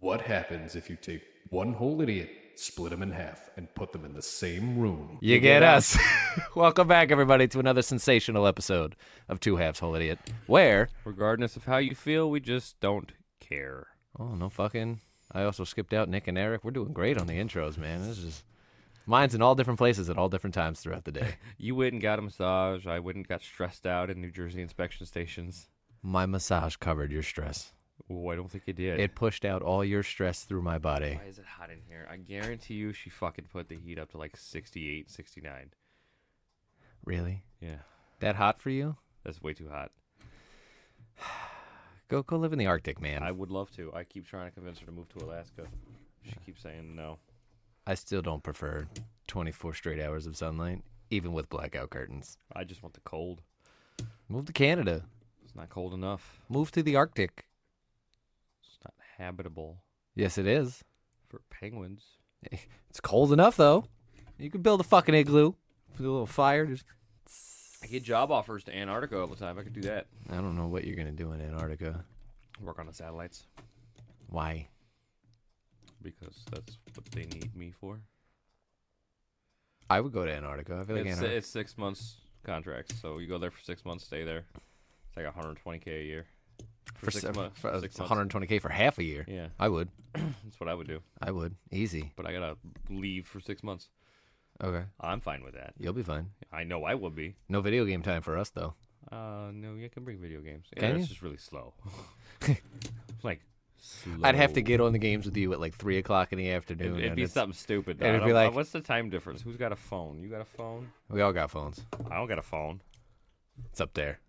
what happens if you take one whole idiot, split them in half, and put them in the same room. You get us. Welcome back, everybody, to another sensational episode of Two Halves Whole Idiot, where Regardless of how you feel, we just don't care. oh no fucking. I also skipped out Nick and Eric. We're doing great on the intros, man. This is mine's in all different places at all different times throughout the day. You went and got a massage. I went and got stressed out in New Jersey inspection stations. My massage covered your stress. Oh, I don't think it did. It pushed out all your stress through my body. Why is it hot in here? I guarantee you she fucking put the heat up to like 68, 69. Really? Yeah, That hot for you? that's way too hot. Go go live in the Arctic, man. I would love to. I keep trying to convince her to move to Alaska. She keeps saying no. I still don't prefer 24 straight hours of sunlight, even with blackout curtains. I just want the cold. Move to Canada. It's not cold enough. Move to the Arctic. It's not habitable Yes, it is. for penguins. It's cold enough, though. You could build a fucking igloo. Put a little fire. Just, I get job offers to Antarctica all the time. I could do that. I don't know what you're going to do in Antarctica. Work on the satellites Why? because that's what they need me for. I would go to Antarctica. I feel like It's, Antarctica. it's six months contract, so you go there for six months, stay there. It's like 120k a year. for se- months. for, uh, six months. 120K for half a year. Yeah, I would. that's what I would do. I would. Easy. But I gotta leave for six months. Okay. I'm fine with that. You'll be fine. I know I will be. No video game time for us, though. Uh, no, you can bring video games. Can Yeah, you? it's just really slow. like, slow. I'd have to get on the games with you at like 3 o'clock in the afternoon. It'd, it'd and be it's- something stupid. Though. it'd I be don't- like- what's the time difference? Who's got a phone? You got a phone? We all got phones. I don't got a phone. It's up there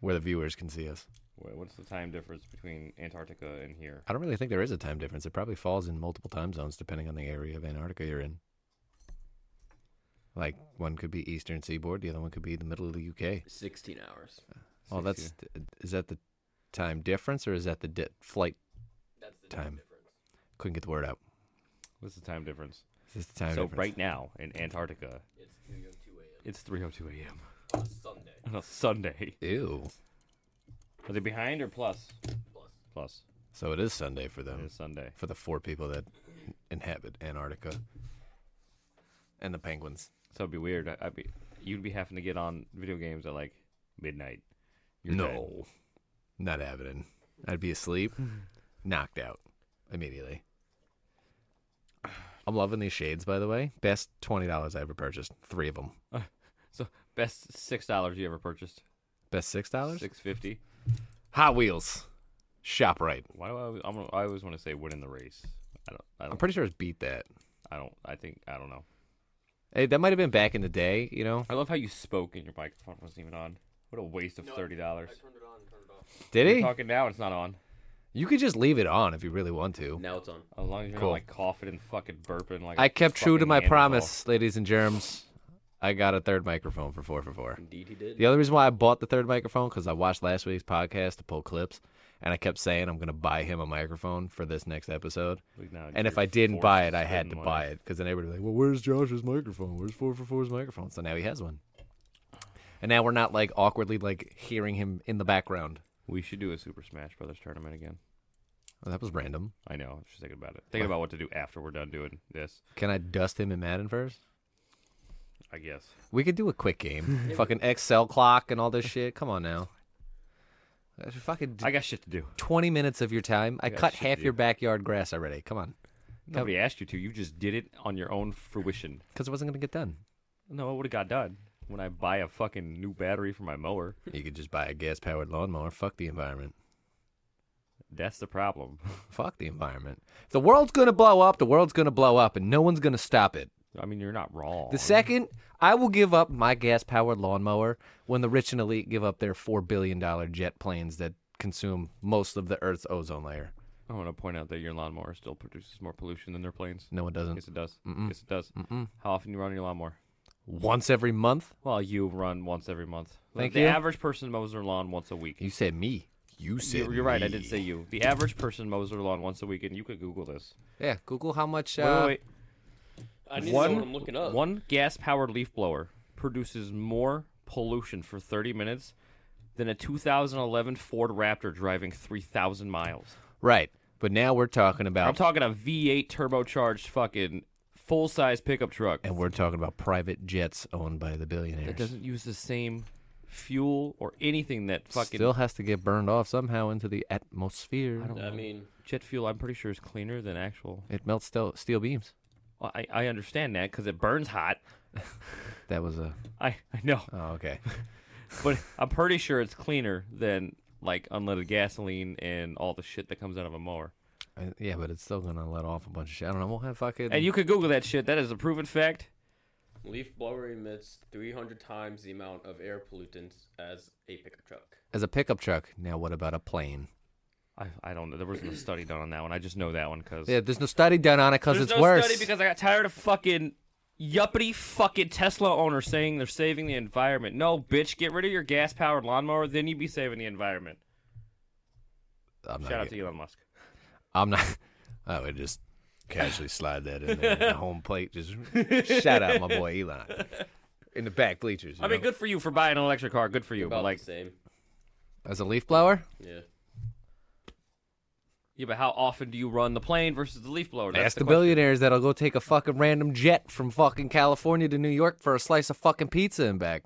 where the viewers can see us. Wait, what's the time difference between Antarctica and here? I don't really think there is a time difference. It probably falls in multiple time zones depending on the area of Antarctica you're in. Like one could be Eastern Seaboard, the other one could be the middle of the UK. 16 hours. Oh, Six that's is that the time difference or is that the di- flight That's the time? Couldn't get the word out. What's the time difference? Is this the time so difference? right now in Antarctica, It's oh 2 a.m. it's 3:02 a.m. on a Sunday. on a Sunday. Ew. Are they behind or plus? Plus, Plus, So it is Sunday for them. it is Sunday. For the four people that inhabit Antarctica and the penguins. So it'd be weird. I- I'd be, you'd be having to get on video games at like midnight. You're no, dead. not happening. I'd be asleep, knocked out immediately. I'm loving these shades, by the way. Best twenty dollars I ever purchased. Three of them. So best six dollars you ever purchased. Best six dollars. Six fifty. Hot Wheels, Shoprite. Why do I? always- I'm, I always want to say win in the race. I don't. I I'm don't. pretty sure it's beat that. I don't. I think. I don't know. Hey, that might have been back in the day, you know. I love how you spoke and your microphone wasn't even on. What a waste of thirty dollars. turned it on and turned it off. Did You're he? talking now. It's not on. You could just leave it on if you really want to. Now it's on. As long as you're Cool. not like coughing and fucking burping. Like I a kept true to fucking my Neanderthal. promise, ladies and germs. I got a third microphone for four for four. Indeed, he did. The other reason why I bought the third microphone because I watched last week's podcast to pull clips, and I kept saying I'm gonna buy him a microphone for this next episode. Like, now And if you're I didn't forced buy to it, I had spend to money. buy it because then everybody was like, "Well, where's Josh's microphone? Where's four for four's microphone?" So now he has one, and now we're not like awkwardly like hearing him in the background. We should do a Super Smash Brothers tournament again. Well, that was random. I know. I was just thinking about it. Thinking about what to do after we're done doing this. Can I dust him in Madden first? I guess. We could do a quick game. fucking Excel clock and all this shit. Come on now. That's Fucking I got shit to do. 20 minutes of your time. I got cut shit half to your do. backyard grass already. Come on. Nobody asked you to. You just did it on your own fruition. Because it wasn't going to get done. No, it would have got done when I buy a fucking new battery for my mower. You could just buy a gas powered lawnmower. Fuck the environment. That's the problem. Fuck the environment. If the world's going to blow up, the world's going to blow up, and no one's going to stop it. I mean, you're not wrong. The second I will give up my gas powered lawnmower when the rich and elite give up their $4 billion jet planes that consume most of the Earth's ozone layer. I want to point out that your lawnmower still produces more pollution than their planes. No, it doesn't. Yes, it does. Yes, it does. How often you run your lawnmower? Once every month? Well, you run once every month. Thank the you. average person mows their lawn once a week. You said me. You said You're, you're right. I me. did say you. The average person mows their lawn once a week, and you could Google this. Yeah, Google how much. Wait, Uh, wait, wait. I need one, to know what I'm looking up. One gas powered leaf blower produces more pollution for 30 minutes than a 2011 Ford Raptor driving 3,000 miles. Right. But now we're talking I'm about talking a V8 turbocharged fucking full size pickup truck. and we're talking about private jets owned by the It billionaires. doesn't use the same fuel or anything that fucking Still has to get burned off somehow into the atmosphere. I don't I know. mean, jet fuel. I'm pretty sure is cleaner than actual. It melts steel, steel beams. Well, I I understand that because it burns hot. That was a I I know, oh okay. but I'm pretty sure it's cleaner than like unleaded gasoline and all the shit that comes out of a mower. I- Uh, yeah, but it's still gonna let off a bunch of shit. I don't know. We'll have fucking. And you could Google that shit. That is a proven fact. leaf blower emits 300 times the amount of air pollutants as a pickup truck. as a pickup truck. Now, what about a plane? I, I don't know. There wasn't a study done on that one. I just know that one because Yeah, there's no study done on it because There's it's no worse. study because I got tired of fucking yuppity fucking Tesla owners saying they're saving the environment. No, bitch, get rid of your gas powered lawnmower, then you'd be saving the environment. I'm not. Shout out get- to Elon Musk. I'm not. I would just casually slide that in there. the home plate just shout out my boy Elon in the back bleachers. you I mean, know? good for you for buying an electric car. Good for you, About but like, the same. as a leaf blower, Yeah. yeah, but how often do you run the plane versus the leaf blower? That's ask the question. billionaires that'll go take a fucking random jet from fucking California to New York for a slice of fucking pizza and back.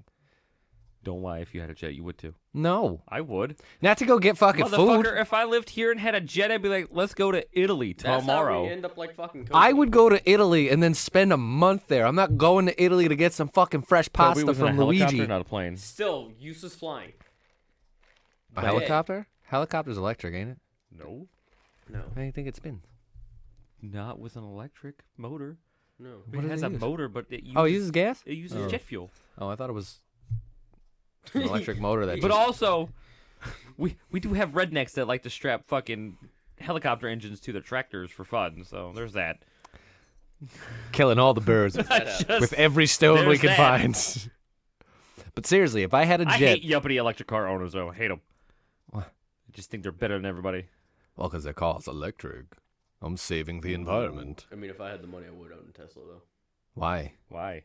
Don't lie. If you had a jet, you would too. No, I would. not to go get fucking Motherfucker, food. if I lived here and had a jet, I'd be like, let's go to Italy That's how tomorrow. we end up like fucking. Kobe. I would go to Italy and then spend a month there. I'm not going to Italy to get some fucking fresh Kobe pasta was in a from helicopter, Luigi. not a plane. Still useless flying. A Hey. helicopter? Helicopter's electric, ain't it? No, No. I don't think it spins. not with an electric motor. No. What it does has it a use? motor, but it uses, Oh, it uses gas? it uses jet fuel. Oh, I thought it was an electric motor that. But just- also, we we do have rednecks that like to strap fucking helicopter engines to their tractors for fun. So there's that. killing all the birds with, with every stone we there's can that. find. but seriously, if I had a I jet, hate yuppity electric car owners though. I hate them. I just think they're better than everybody. well, because their car's electric, I'm saving the environment. I mean, if I had the money, I would own a Tesla though. Why? Why?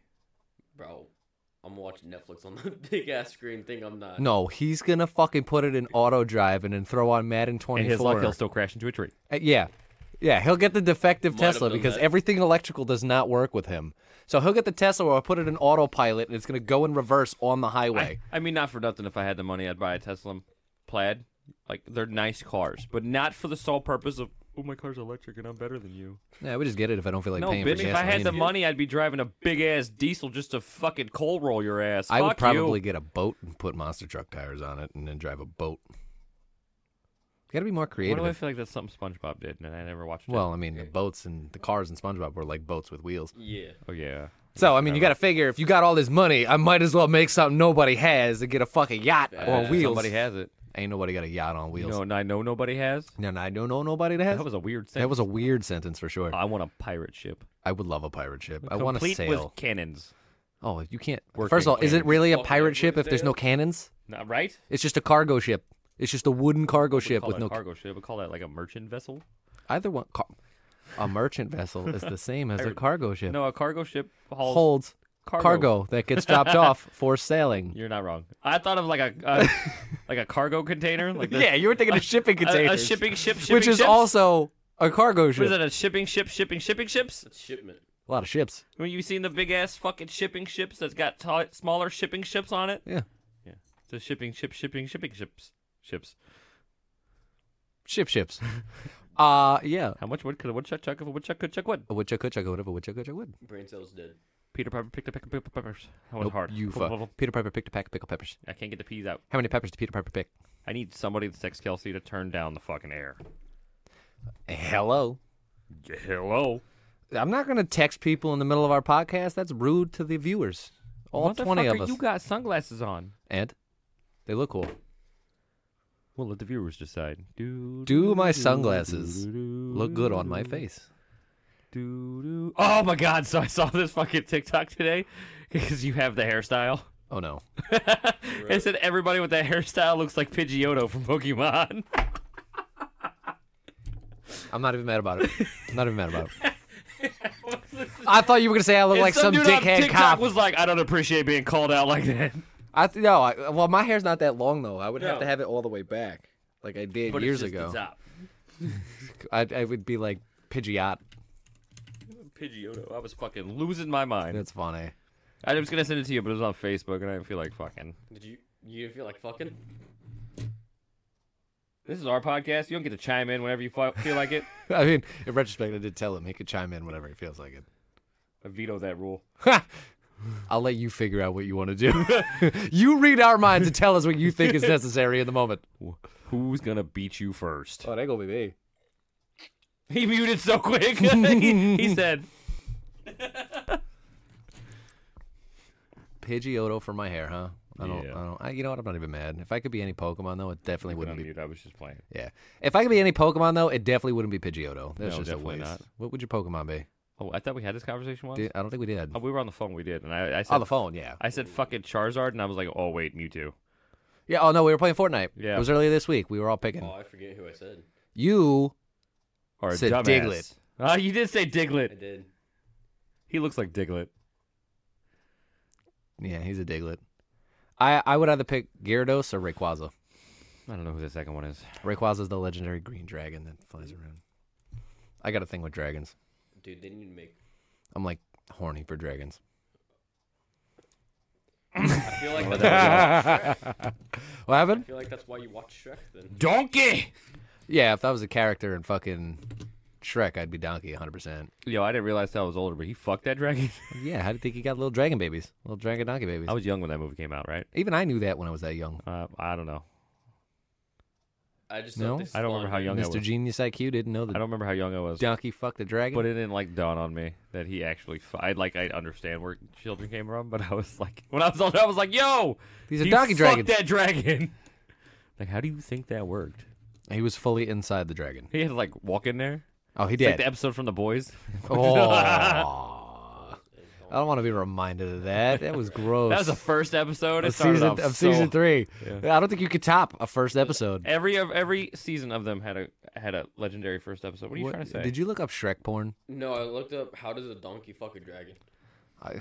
Bro, I'm watching Netflix on the big ass screen. Think I'm not. No, he's gonna fucking put it in auto drive and then throw on Madden And 24. his luck, he'll still crash into a tree. Uh, yeah, yeah, he'll get the defective Might have Tesla done because that. everything electrical does not work with him. So he'll get the Tesla or put it in autopilot and it's gonna go in reverse on the highway. I mean, not for nothing. If I had the money, I'd buy a Tesla Plaid. Like they're nice cars, but not for the sole purpose of oh my car's electric and I'm better than you. yeah, we just get it if I don't feel like no, paying bitch. for If gasoline. I had the money, I'd be driving a big ass diesel just to fucking coal roll your ass. I would Fuck you. probably get a boat and put monster truck tires on it and then drive a boat. You gotta be more Why creative. do I feel like that's something SpongeBob did, and I never watched it? well, I mean, the boats and the cars in SpongeBob were like boats with wheels. Yeah. oh yeah. So, I mean, you gotta figure if you got all this money, I might as well make something nobody has and get a fucking yacht on wheels. Somebody has it. Ain't nobody got a yacht on You wheels. know, and I know nobody has. No, no, I don't know nobody that has. That was a weird thing. That was a weird sentence for sure. I want a pirate ship. I would love a pirate ship. I want to Complete sail. with cannons. Oh, you can't. Working First of all, is it cannons. really a Oh, pirate yeah, ship if what is there's that? no cannons? Not right? It's just a cargo ship. It's just a wooden cargo We ship call with that no cargo ship. We call that like a merchant vessel. Either one. Car- a merchant vessel is the same as a cargo ship. No, a cargo ship hauls Holds cargo. cargo. that gets dropped off for sailing. You're not wrong. I thought of like a, a like a cargo container. Like the, you were thinking of shipping a, a shipping ship. Shipping which is ships? also a cargo What ship. is that? A shipping ship? Shipping shipping ships? That's shipment. A lot of ships. When you seen the big ass fucking shipping ships that's got t- smaller shipping ships on it? Yeah, Yeah. The shipping ship shipping shipping ships ships. ship ships. uh yeah. How much wood could a woodchuck chuck if a woodchuck could chuck wood? A woodchuck could chuck a wood of a woodchuck could chuck wood. Brain cells dead. Peter Piper picked a peck of pickled peppers. That was Nope, hard. You Blah, blah, fuck. blah. Peter Piper picked a pack of pickled peppers. I can't get the peas out. How many peppers did Peter Piper pick? I need somebody that's ex Kelsey to turn down the fucking air. Hello. Yeah, hello. I'm not gonna text people in the middle of our podcast. That's rude to the viewers. All twenty of Motherfucker, us. You got sunglasses on. and they look cool. Well, let the viewers decide. Do Do my sunglasses look good on my face? Do, do. Oh my god! So I saw this fucking TikTok today because you have the hairstyle. Oh no. It said everybody with that hairstyle looks like Pidgeotto from Pokemon. I'm not even mad about it. I'm not even mad about it. I thought you were gonna say I look And like some, dude on dickhead TikTok cop. was like, I don't appreciate being called out like that. I th- no, I, well, my hair's not that long though. I would have No. to have it all the way back, like I did But years it's just ago. The top. I, I would be like Pidgeot. Pidgeotto. I was fucking losing my mind. That's funny. I was gonna send it to you, but it was on Facebook, and I didn't feel like fucking. Did you you feel like fucking? This is our podcast. You don't get to chime in whenever you fi- feel like it. I mean, in retrospect, I did tell him he could chime in whenever he feels like it. I veto that rule. I'll let you figure out what you want to do. you read our minds and tell us what you think is necessary in the moment. Who's gonna beat you first? Oh, that gonna be me. He muted so quick. he, he said, Pidgeotto for my hair, huh? I don't. Yeah. I don't. I, you know what? I'm not even mad. If I could be any Pokemon though, it definitely wouldn't be. "Unmute." I was just playing. Yeah. If I could be any Pokemon though, it definitely wouldn't be Pidgeotto. That's No, just a definitely waste. not. What would your Pokemon be? Oh, I thought we had this conversation once. Did- I don't think we did. Oh, we were on the phone. We did, and I, I said On the phone, yeah. I said fucking Charizard, and I was like, oh wait, Mewtwo. Yeah. Oh no, we were playing Fortnite. Yeah. It was earlier this week. We were all picking. Oh, I forget who I said. You. Or a Said dumbass. Diglett. Ah, you did say I Diglett. did. He looks like Diglett. Yeah, he's a Diglett. I I would either pick Gyarados or Rayquaza. I don't know who the second one is. Rayquaza is the legendary green dragon that flies around. I got a thing with dragons. Dude, they need to make. I'm like horny for dragons. I feel like that's, What I happened? feel like that's why you watch Shrek. Then Donkey. Yeah, if that was a character in fucking Shrek, I'd be Donkey 100. percent Yo, I didn't realize that I was older, but he fucked that dragon. Yeah, I think he got little dragon babies, little dragon donkey babies. I was young when that movie came out, right? Even I knew that when I was that young. Uh, I don't know. I just No? thought this I don't remember how slime- young I Mr. was. Genius IQ didn't know I that don't remember how young I was, donkey fucked the dragon. but it didn't like dawn on me that he actually. Fu- I like I understand where children came from, but I was like, when I was older, I was like, yo, These are he donkey dragons. fucked That dragon. Like, how do you think that worked? He was fully inside the dragon. He had to like walk in there. Oh, he It's like did. the episode from The Boys. Oh. Aw. I don't want to be reminded of that. That was gross. That was the first episode. It of started season off of so- season three. I don't think you could top a first episode. Every of every season of them had a had a legendary first episode. What are you What- trying to say? Did you look up Shrek porn? No, I looked up how does a donkey fuck a dragon. I,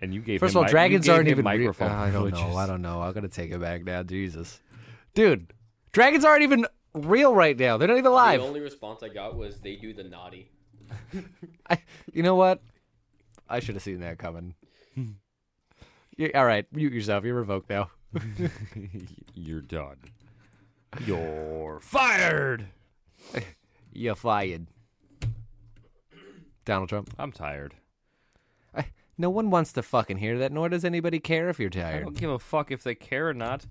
and you gave first of him all, mi- you dragons gave aren't him even real- microphone. I don't know. privileges. I don't know. I gotta take it back now. Jesus, dude, dragons aren't even real right now. They're not even The live. only response I got was they do the naughty. I, you know what? I should have seen that coming. Hmm. You- all right, mute yourself. You're revoked now. You're done. You're fired. You're fired. Donald Trump. I'm tired. I, no one wants to fucking hear that, nor does anybody care if you're I tired. don't give a fuck if they care or not.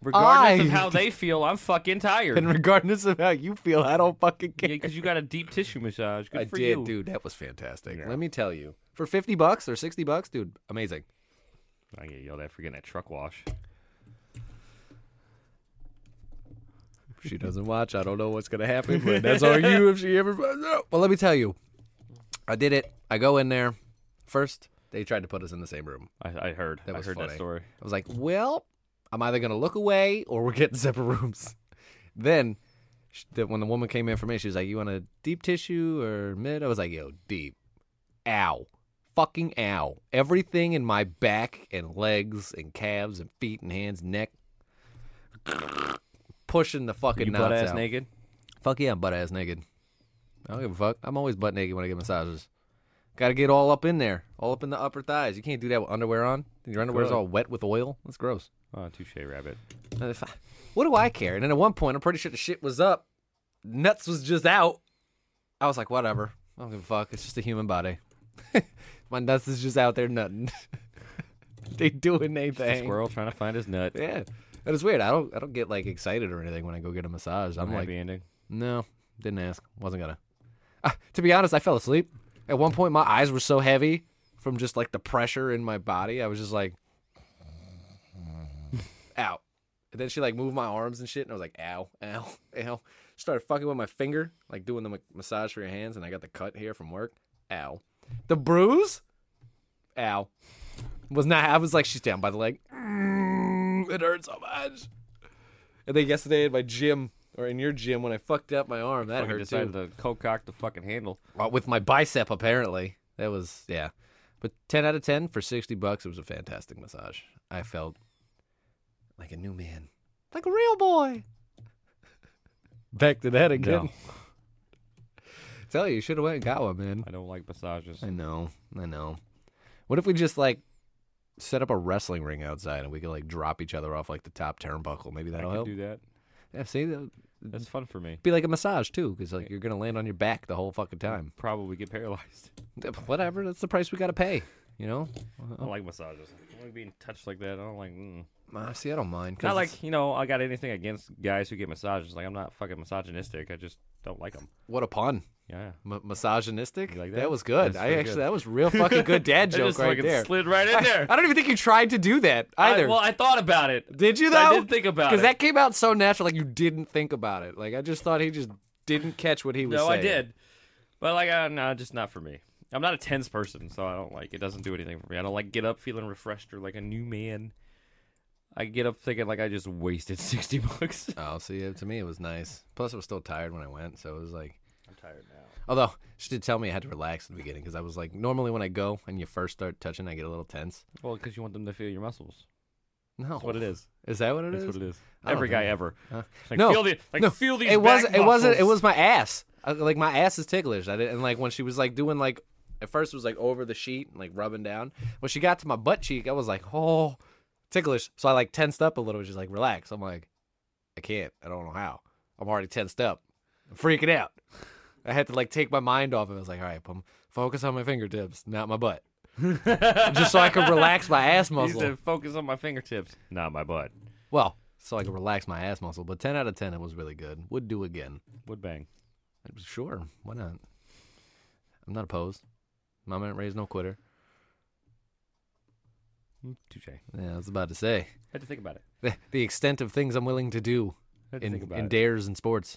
Regardless of I- how they feel, I'm fucking And tired. regardless of how you feel, I don't fucking care. Because you got a deep tissue massage. Good I for did, you. dude. That was fantastic. Let me tell you, for fifty bucks or sixty bucks, dude, amazing. I get yelled at for getting that truck wash. If she doesn't watch, I don't know what's gonna happen, but that's on you if she ever finds out. Well, let me tell you, I did it. I go in there first. They tried to put us in the same room. I, I heard. That I was heard funny. that story. I was like, well, I'm either gonna look away or we're getting separate rooms. Then, sh- the, when the woman came in for me, she was like, "You want a deep tissue or mid?" I was like, "Yo, deep." Ow, fucking ow! Everything in my back and legs and calves and feet and hands, neck, pushing the fucking You knots butt ass out. naked. Fuck yeah, I'm butt ass naked. I don't give a fuck. I'm always butt naked when I get massages. Got to get all up in there, all up in the upper thighs. You can't do that with underwear on. Your underwear's Good. all wet with oil. That's gross. Oh, touche, rabbit. And if I- What do I care? And then at one point, I'm pretty sure the shit was up. Nuts was just out. I was like, whatever. I don't give a fuck. It's just a human body. My nuts is just out there nutting. they doing their The thing. squirrel trying to find his nut. Yeah, that is weird. I don't. I don't get like excited or anything when I go get a massage. I'm like, Happy ending. no, didn't ask. Wasn't gonna. Ah, to be honest, I fell asleep. At one point, my eyes were so heavy from just like the pressure in my body. I was just like, ow. And then she like moved my arms and shit, and I was like, ow, ow, ow. Started fucking with my finger, like doing the ma- massage for your hands, and I got the cut here from work. Ow. The bruise? Ow. Was not, I was like, she's down by the leg. Mm, it hurts so much. And then yesterday in my gym, or in your gym, when I fucked up my arm, that Fucking hurt too. decided to co-cock the fucking handle. Uh, with my bicep apparently that was yeah but 10 out of 10 for 60 bucks it was a fantastic massage i felt like a new man like a real boy Back to that again. No. Tell you, you should have went and got one, man. I don't like massages. I know, I know. What if we just like set up a wrestling ring outside and we could like drop each other off like the top turnbuckle? Maybe I that'll can help. do that. Yeah, see, that'd That's fun for me. be like a massage too, because like you're gonna land on your back the whole fucking time. Probably get paralyzed. Whatever, that's the price we gotta pay. You know, I don't like massages. I don't like being touched like that. I don't like. Mm. Uh, see, I don't mind. 'cause Not it's- like you know. I got anything against guys who get massages. Like I'm not fucking misogynistic. I just don't like them. what a pun, Yeah. M- misogynistic. You like that? that? was good. That's I pretty actually, good. that was real fucking good dad I joke just right fucking there. slid right in there. I don't even think you tried to do that either. I- well, I thought about it. Did you though? I did think about Because it. that came out so natural, like you didn't think about it. Like I just thought he just didn't catch what he was no, saying. I did. But like, uh, no, just not for me. I'm not a tense person, so I don't like it. Doesn't do anything for me. I don't like get up feeling refreshed or like a new man. I get up thinking like I just wasted sixty bucks. Oh, see, it- to me it was nice. Plus, I was still tired when I went, so it was like. I'm tired now. Although she did tell me I had to relax in the beginning because I was like, normally when I go and you first start touching, I get a little tense. Well, because you want them to feel your muscles. No, That's what it is. is that what it is? That's what it is. I don't Every know. guy ever. Huh? Like, no, feel the, like, no, feel these it was. back It wasn't. It muscles. was my ass. I, like my ass is ticklish. I did, and like when she was like doing like at first it was like over the sheet, and, like rubbing down. When she got to my butt cheek, I was like, oh, ticklish. So I like tensed up a little. She's like, relax. I'm like, I can't. I don't know how. I'm already tensed up. I'm freaking out. I had to like take my mind off. of it. I was like, all right, I'm focus on my fingertips, not my butt, just so I could relax my ass I used muscle. to focus on my fingertips, not my butt. Well, so I could relax my ass muscle. But ten out of ten, it was really good. Would do again. Would bang. Sure, why not? I'm not opposed. Mama ain't raised no quitter. Mm, Touche. I Yeah, I was about to say had to think about it. the, the extent of things I'm willing to do I had to in, think about in it. dares and sports.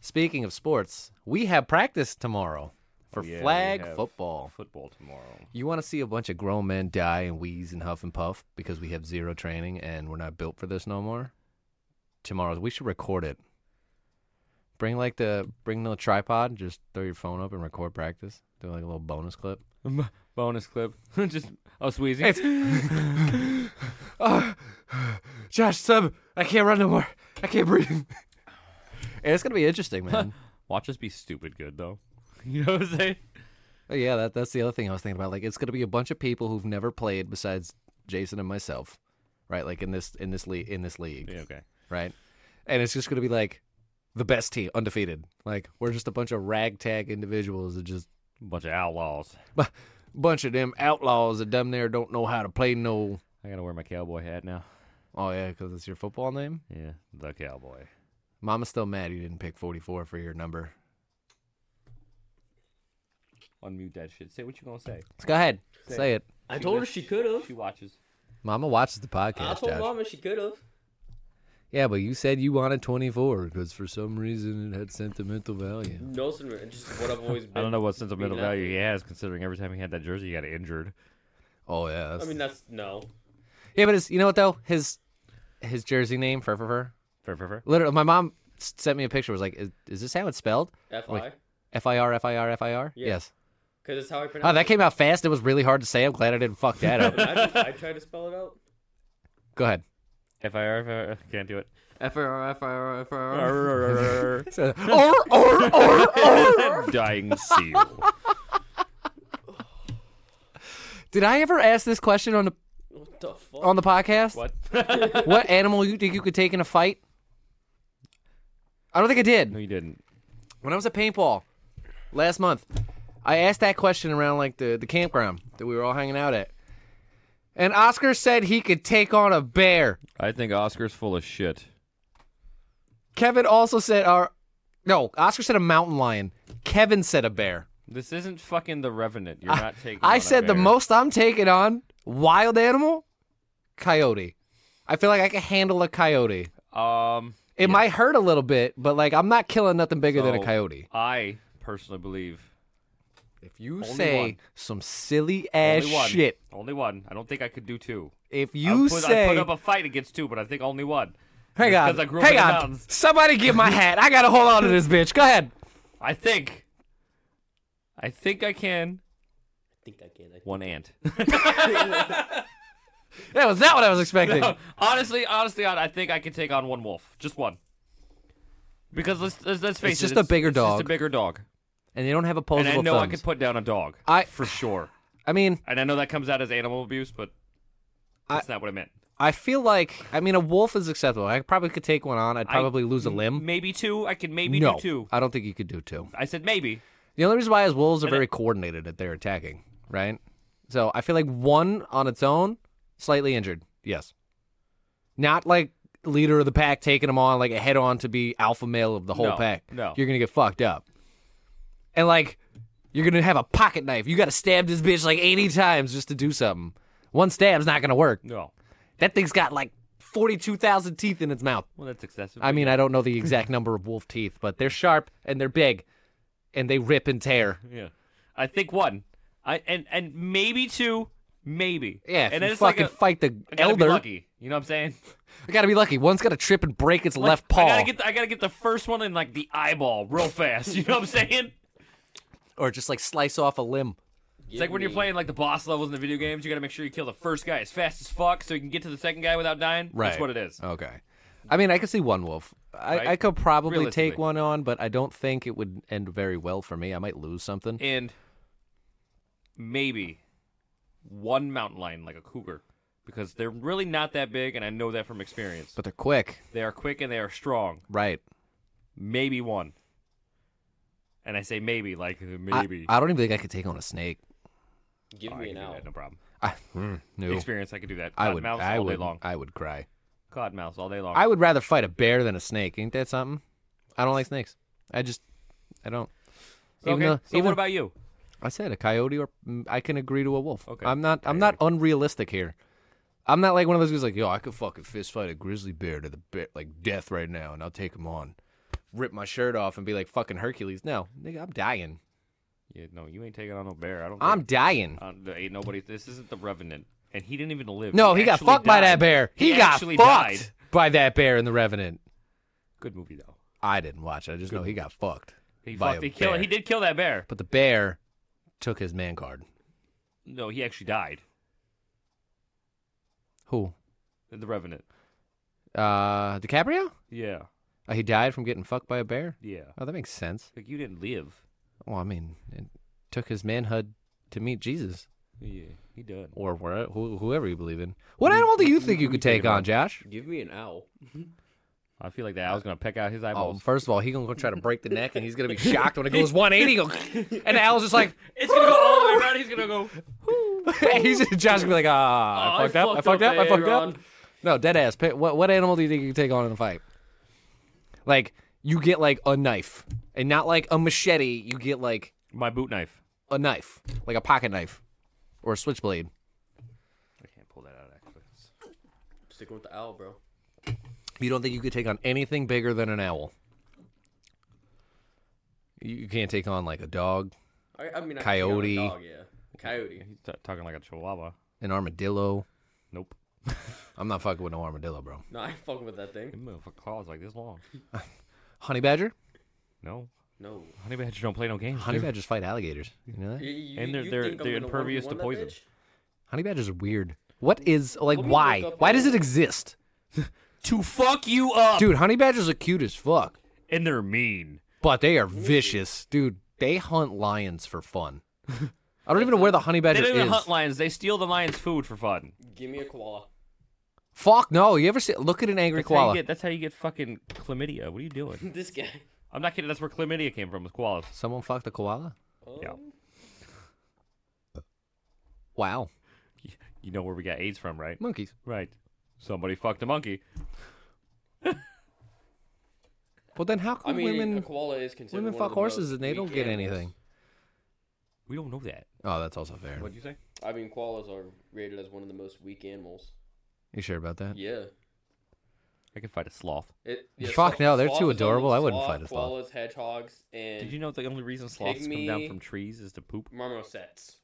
Speaking of sports, we have practice tomorrow for Oh, Yeah, we flag have football. Football tomorrow. You want to see a bunch of grown men die and wheeze and huff and puff because we have zero training and we're not built for this no more? Tomorrow, we should record it. Bring like the bring the tripod, and just throw your phone up and record practice. Do like a little bonus clip. M- Bonus clip. Just us wheezing. It's- Ah, Josh, sub, I can't run no more. I can't breathe. Hey, it's gonna be interesting, man. Watch us be stupid good though. You know what I'm saying? Oh, yeah, that, that's the other thing I was thinking about. Like, it's gonna be a bunch of people who've never played besides Jason and myself, right? Like in this in this league in this league, Yeah, okay. right? And it's just gonna be like the best team, undefeated. Like we're just a bunch of ragtag individuals that just Bunch of outlaws. bu- bunch of them outlaws that dumb there don't know how to play no. I gotta wear my cowboy hat now. Oh yeah, because it's your football name. Yeah, the cowboy. Mama's still mad you didn't pick 44 for your number. Unmute that shit. Say what you gonna say. So go ahead, say, it. I told her she could have. She watches. Mama watches the I podcast, told Josh. Mama she could have. Yeah, but you said you wanted 24 because for some reason it had sentimental value. No, sir, it's uh, just what I've always been. I don't know what sentimental Beat it up. value he has, considering every time he had that jersey, he got injured. Oh yeah, I that's- mean, that's no. yeah, but it's, you know what though? His his jersey name, fur fur fur. Fair, fair, fair. Literally, my mom s- sent me a picture. Was like, is, is this how it's spelled? F I. Wait. F I R F I R F I R. Yeah. Yes. Because that's how I pronounce Oh, that came out fast. It was really hard to say. I'm glad I didn't fuck that it. up. I, I tried to spell it out. Go ahead. If I ever can't do it. F I R F I R F I R. Arr. So, or or or or. Dying seal. Did I ever ask this question on the What the fuck? on the podcast? What? what animal you think you could take in a fight? I don't think I No, did. you didn't. When I was at paintball last month, I asked that question around like the, the campground that we were all hanging out at. And Oscar said he could take on a bear. I think Oscar's full of shit. Kevin also said our no, Oscar said a mountain lion. Kevin said a bear. This isn't fucking the Revenant. You're not taking. on I a said the bear. most I'm taking on wild animal coyote. I feel like I can handle a coyote. Um. It might hurt a little bit, but like I'm not killing nothing bigger than a So, coyote. oh, I personally believe If you Only say one. some silly ass only one. shit, Only one. I don't think I could do two. if I you put, say, I put up a fight against two, but I think only one. hang It's on, 'cause I grew up hang in the on, mountains. somebody give my hat. I gotta hold on to this bitch. Go ahead. I think. I think I can. I think I can. I One ant. That was not what I was expecting. honestly, honestly, I I think I can take on one wolf. Just one. Because let's let's, let's face It's it, just a bigger it's Just dog. a bigger dog, and they don't have and opposable I know I thumbs. could put down a dog. I- for sure, I mean, and I know that comes out as animal abuse, but I- that's not what I meant. I feel like I mean a wolf is acceptable. I probably could take one on. I'd I- probably lose a limb. Maybe two. I could maybe no, do two. I don't think you could do two. I said maybe. The only reason why is wolves are And I- very coordinated at their attacking, right? So I feel like one on its own, slightly injured, yes. Not like leader of the pack taking them on like a head on to be alpha male of the whole No, pack. no. you're gonna get fucked up, and like you're gonna have a pocket knife. You got to stab this bitch like 80 times just to do something. One stab's not gonna work. No. That thing's got like 42,000 teeth in its mouth. Well, that's excessive. I mean, I don't know the exact number of wolf teeth, but they're sharp and they're big and they rip and tear. yeah. I think one. I and and maybe two. Maybe. Yeah, if And you it's fucking like a, fight the I gotta be elder, lucky. You know what I'm saying? I gotta be lucky. One's gonna trip and break its Like, left paw, I gotta get the, I gotta get the first one in like the eyeball real fast. You know what I'm saying? or just like slice off a limb. It's like when you're playing like the boss levels in the video games, you gotta make sure you kill the first guy as fast as fuck so you can get to the second guy without dying. That's what it is. Okay. I mean, I could see one wolf. I, Right? I could probably take Realistically. one on, but I don't think it would end very well for me. I might lose something. And maybe one mountain lion like a cougar. Because they're really not that big, and I know that from experience. but they're quick, they are quick and they are strong. right? Maybe one. And I say maybe, like I- maybe. I, don't even think I could take on a snake. Give Oh, I me can an do out. that, no problem. I, hmm, no, Experience, I could do that. I would. Codmouths I all would. day long. Oh. I would cry. Codmouths all day long. I would rather fight a bear than a snake. Ain't that something? I don't like snakes. I just, I don't. So, even okay, though- so even- what about you? I said a coyote, or mm, I can agree to a wolf. Okay. I'm not. I'm not unrealistic here. I'm not like one of those guys like, yo, I could fucking fist fight a grizzly bear to the bear, like death right now, and I'll take him on. Rip my shirt off and be like fucking Hercules. No, nigga, I'm dying. Yeah, no, you ain't taking on no bear. I don't. I'm Think, dying. uh, there ain't nobody. This isn't the Revenant, and he didn't even live. No, he, got actually fucked by died. that bear. He, got actually fucked died. by that bear in the Revenant. Good movie though. I didn't watch it. I just know he got fucked. He by fucked. a He killed. bear. He did kill that bear. But the bear took his man card. No, he actually died. Who? in The Revenant. Uh, DiCaprio? Yeah, Uh, he died from getting fucked by a bear? yeah. Oh, that makes sense. Like you didn't live. Well, I mean, it took his manhood to meet Jesus Yeah, he done. or where, who, whoever you believe in. What animal do you think you could take on, Josh? Give me an owl. I feel like that. I was gonna peck out his Oh, eyeballs. first of all, he gonna go try to break the neck, and he's gonna be shocked when it goes 180. Go, and Al's just like, It's gonna go all the way around. He's gonna go. he's Josh gonna be like, ah, Oh, I I fucked up, I fucked fucked up, up, I fucked up. Aaron. No, dead ass. Pick, what what animal do you think you could take on in a fight? Like you get like a knife, and not like a machete. You get like My boot knife. a knife, like a pocket knife or a switchblade. I can't pull that out actually. Sticking with the owl, bro. You don't think you could take on anything bigger than an owl? You you can't take on like a dog, I, I mean, I could take on a Coyote. Dog, yeah. Coyote. He's t- talking like a chihuahua. an armadillo. Nope. I'm not fucking with no armadillo, bro. No, I ain't fucking with that thing. Him for claws like this long. Honey badger? No, No. honey badger don't play no games. Honey dude. badgers fight alligators. You know that? You- you- And they're- you they're- think I'm they're gonna impervious 1v1 to that poison. bitch? Honey badgers are weird. What is like Let me why? look up Why does the- it exist? to fuck you up. Dude, honey badgers are cute as fuck. And they're mean. But they are vicious, dude. They hunt lions for fun. I don't even know where the honey They badger don't even is. hunt lions. They steal the lion's food for fun. Give me a koala. Fuck no! You ever see? Look at an angry That's how, koala. you get, that's how you get fucking chlamydia. What are you doing? this guy. I'm not kidding. That's where chlamydia came from, was koalas. Someone fucked a koala. Yeah. Um, Wow, You know where we got AIDS from, right? monkeys. Right. Somebody fucked a monkey. Well, then how I come mean, a women koala is considered. women one of fuck the horses most and they weak don't get animals. anything? We don't know that. Oh, that's also fair. What'd you say? I mean, koalas are rated as one of the most weak animals. You sure about that? Yeah. I could fight a sloth. It, yeah, Fuck sloth- no, they're sloth too is almost- adorable. I wouldn't sloth, fight a sloth. Koalas, hedgehogs, and Did you know the only reason sloths come down Pygmy- from trees is to poop? marmosets.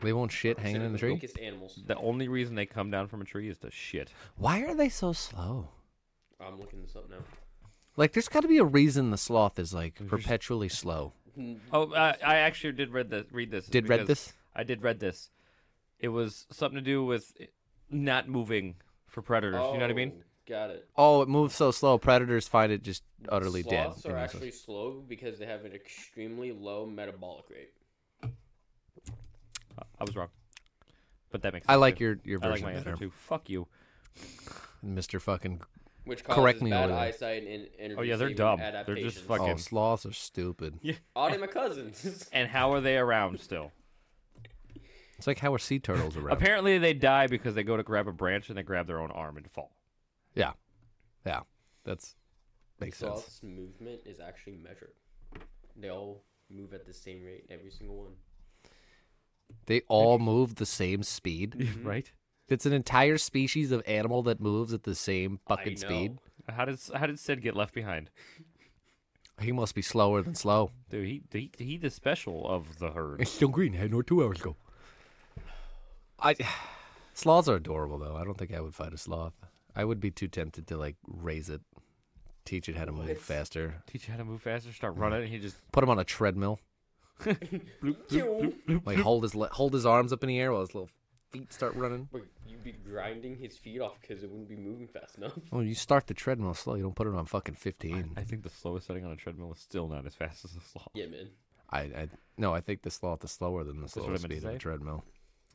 They won't shit hanging Considered in the the tree. Weakest animals. The only reason they come down from a tree is to shit. Why are they so slow? I'm looking this up now. Like, there's got to be a reason the sloth is like perpetually slow. Oh, I, I actually did read this. Read this. Did read because this? I did read this. It was something to do with not moving for predators. you know what I mean? Oh, Got it. Oh, it moves so slow. Predators find it just utterly Sloths dead. are in those- actually slow because they have an extremely low metabolic rate. I was wrong, but that makes. I sense, like too. your your I like version my answer better, too. Fuck you. Mister Fucking. Which causes Correct me bad over there. eyesight and energy. Oh, yeah, they're saving dumb. They're just adaptations. fucking- Oh, sloths are stupid. All they my cousins. And how are they around still? It's like how are sea turtles around? Apparently, they die because they go to grab a branch and they grab their own arm and fall. yeah, yeah, that's makes sense. Sloths' movement is actually measured. They all move at the same rate, every single one. They all move the same speed. right? It's an entire species of animal that moves at the same fucking I speed. know. How did how did Sid get left behind? He must be slower than slow. Dude, he he, he the special of the herd. still green. Had no two hours ago. I sloths are adorable though. I don't think I would fight a sloth. I would be too tempted to like raise it, teach it how to move faster, Teach you how to move faster, start running, and he just put him on a treadmill, bloop, bloop, bloop, bloop. like hold his le- hold his arms up in the air while his little feet start running. Wait, you'd be grinding his feet off because it wouldn't be moving fast enough. Oh, you start the treadmill slow. You don't put it on fucking fifteen. I think the slowest setting on a treadmill is still not as fast as a sloth. Yeah, man. I, I no, I think the sloth is slower than the what I slow meant to speed of a say. treadmill.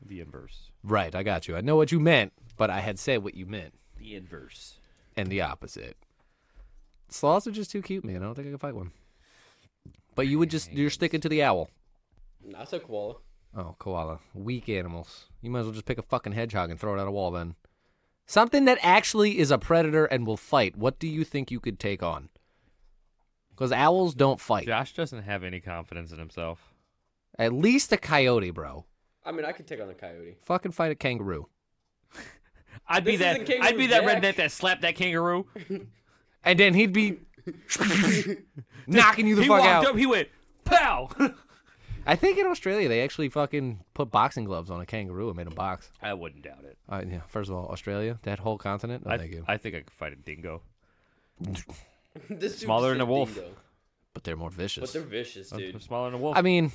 The inverse. Right, I got you. I know what you meant, but I had said what you meant The inverse. and the opposite. Sloths are just too cute, man. I don't think I could fight one. But you would just you're sticking to the owl. That's a koala. Oh, koala. Weak animals. You might as well just pick a fucking hedgehog and throw it at a wall then. Something that actually is a predator and will fight. What do you think you could take on? Because owls don't fight. Josh doesn't have any confidence in himself. At least a coyote, bro. I mean, I could take on a coyote. Fucking fight a kangaroo. I'd This be that. isn't Kangaroo I'd be that Jack. redneck that slapped that kangaroo. And then he'd be knocking you the he fuck walked out. up. He went pow. I think in Australia they actually fucking put boxing gloves on a kangaroo and made him box. I wouldn't doubt it. Uh, yeah, first of all, Australia, that whole continent. No, I, Oh, thank you. I think I could fight a dingo. this dude's Smaller than a a wolf. dingo. but they're more But vicious. they're vicious, I'm dude. smaller than a wolf. I mean,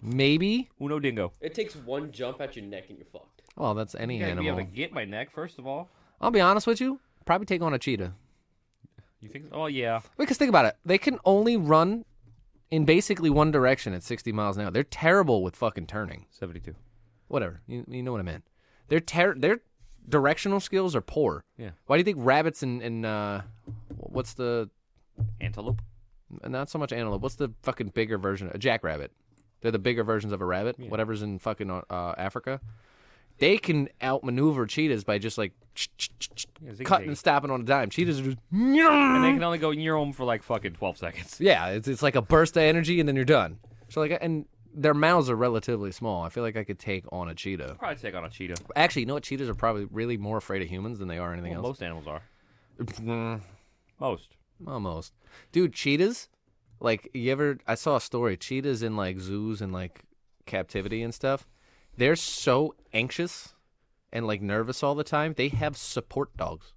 maybe. Uno dingo. It takes one jump at your neck and you're fucked. Well, that's any You gotta be animal. able to get my neck first of all. I'll be honest with you. Probably take on a cheetah. You think? Oh yeah. Because think about it, they can only run in basically one direction at 60 miles an hour. They're terrible with fucking turning. Seventy-two. Whatever. You, you know what I meant. They're ter- their directional skills are poor. Yeah. Why do you think rabbits and, and uh, what's the Antelope. not so much antelope. What's the fucking bigger version? A jackrabbit. They're the bigger versions of a rabbit. Whatever's in fucking uh, uh, Africa, they can outmaneuver cheetahs by just like zigzag. cutting and stopping on a dime. Cheetahs are just And they can only go in your home for like fucking twelve seconds. yeah, it's it's like a burst of energy and then you're done. So like, and their mouths are relatively small. I feel like I could take on a cheetah. Probably take on a cheetah. Actually, you know what? Cheetahs are probably really more afraid of humans than they are anything Well, else. most animals are. Most. Almost. Dude, cheetahs, like, you ever, I saw a story, cheetahs in like zoos and like captivity and stuff, they're so anxious and like nervous all the time. They have support dogs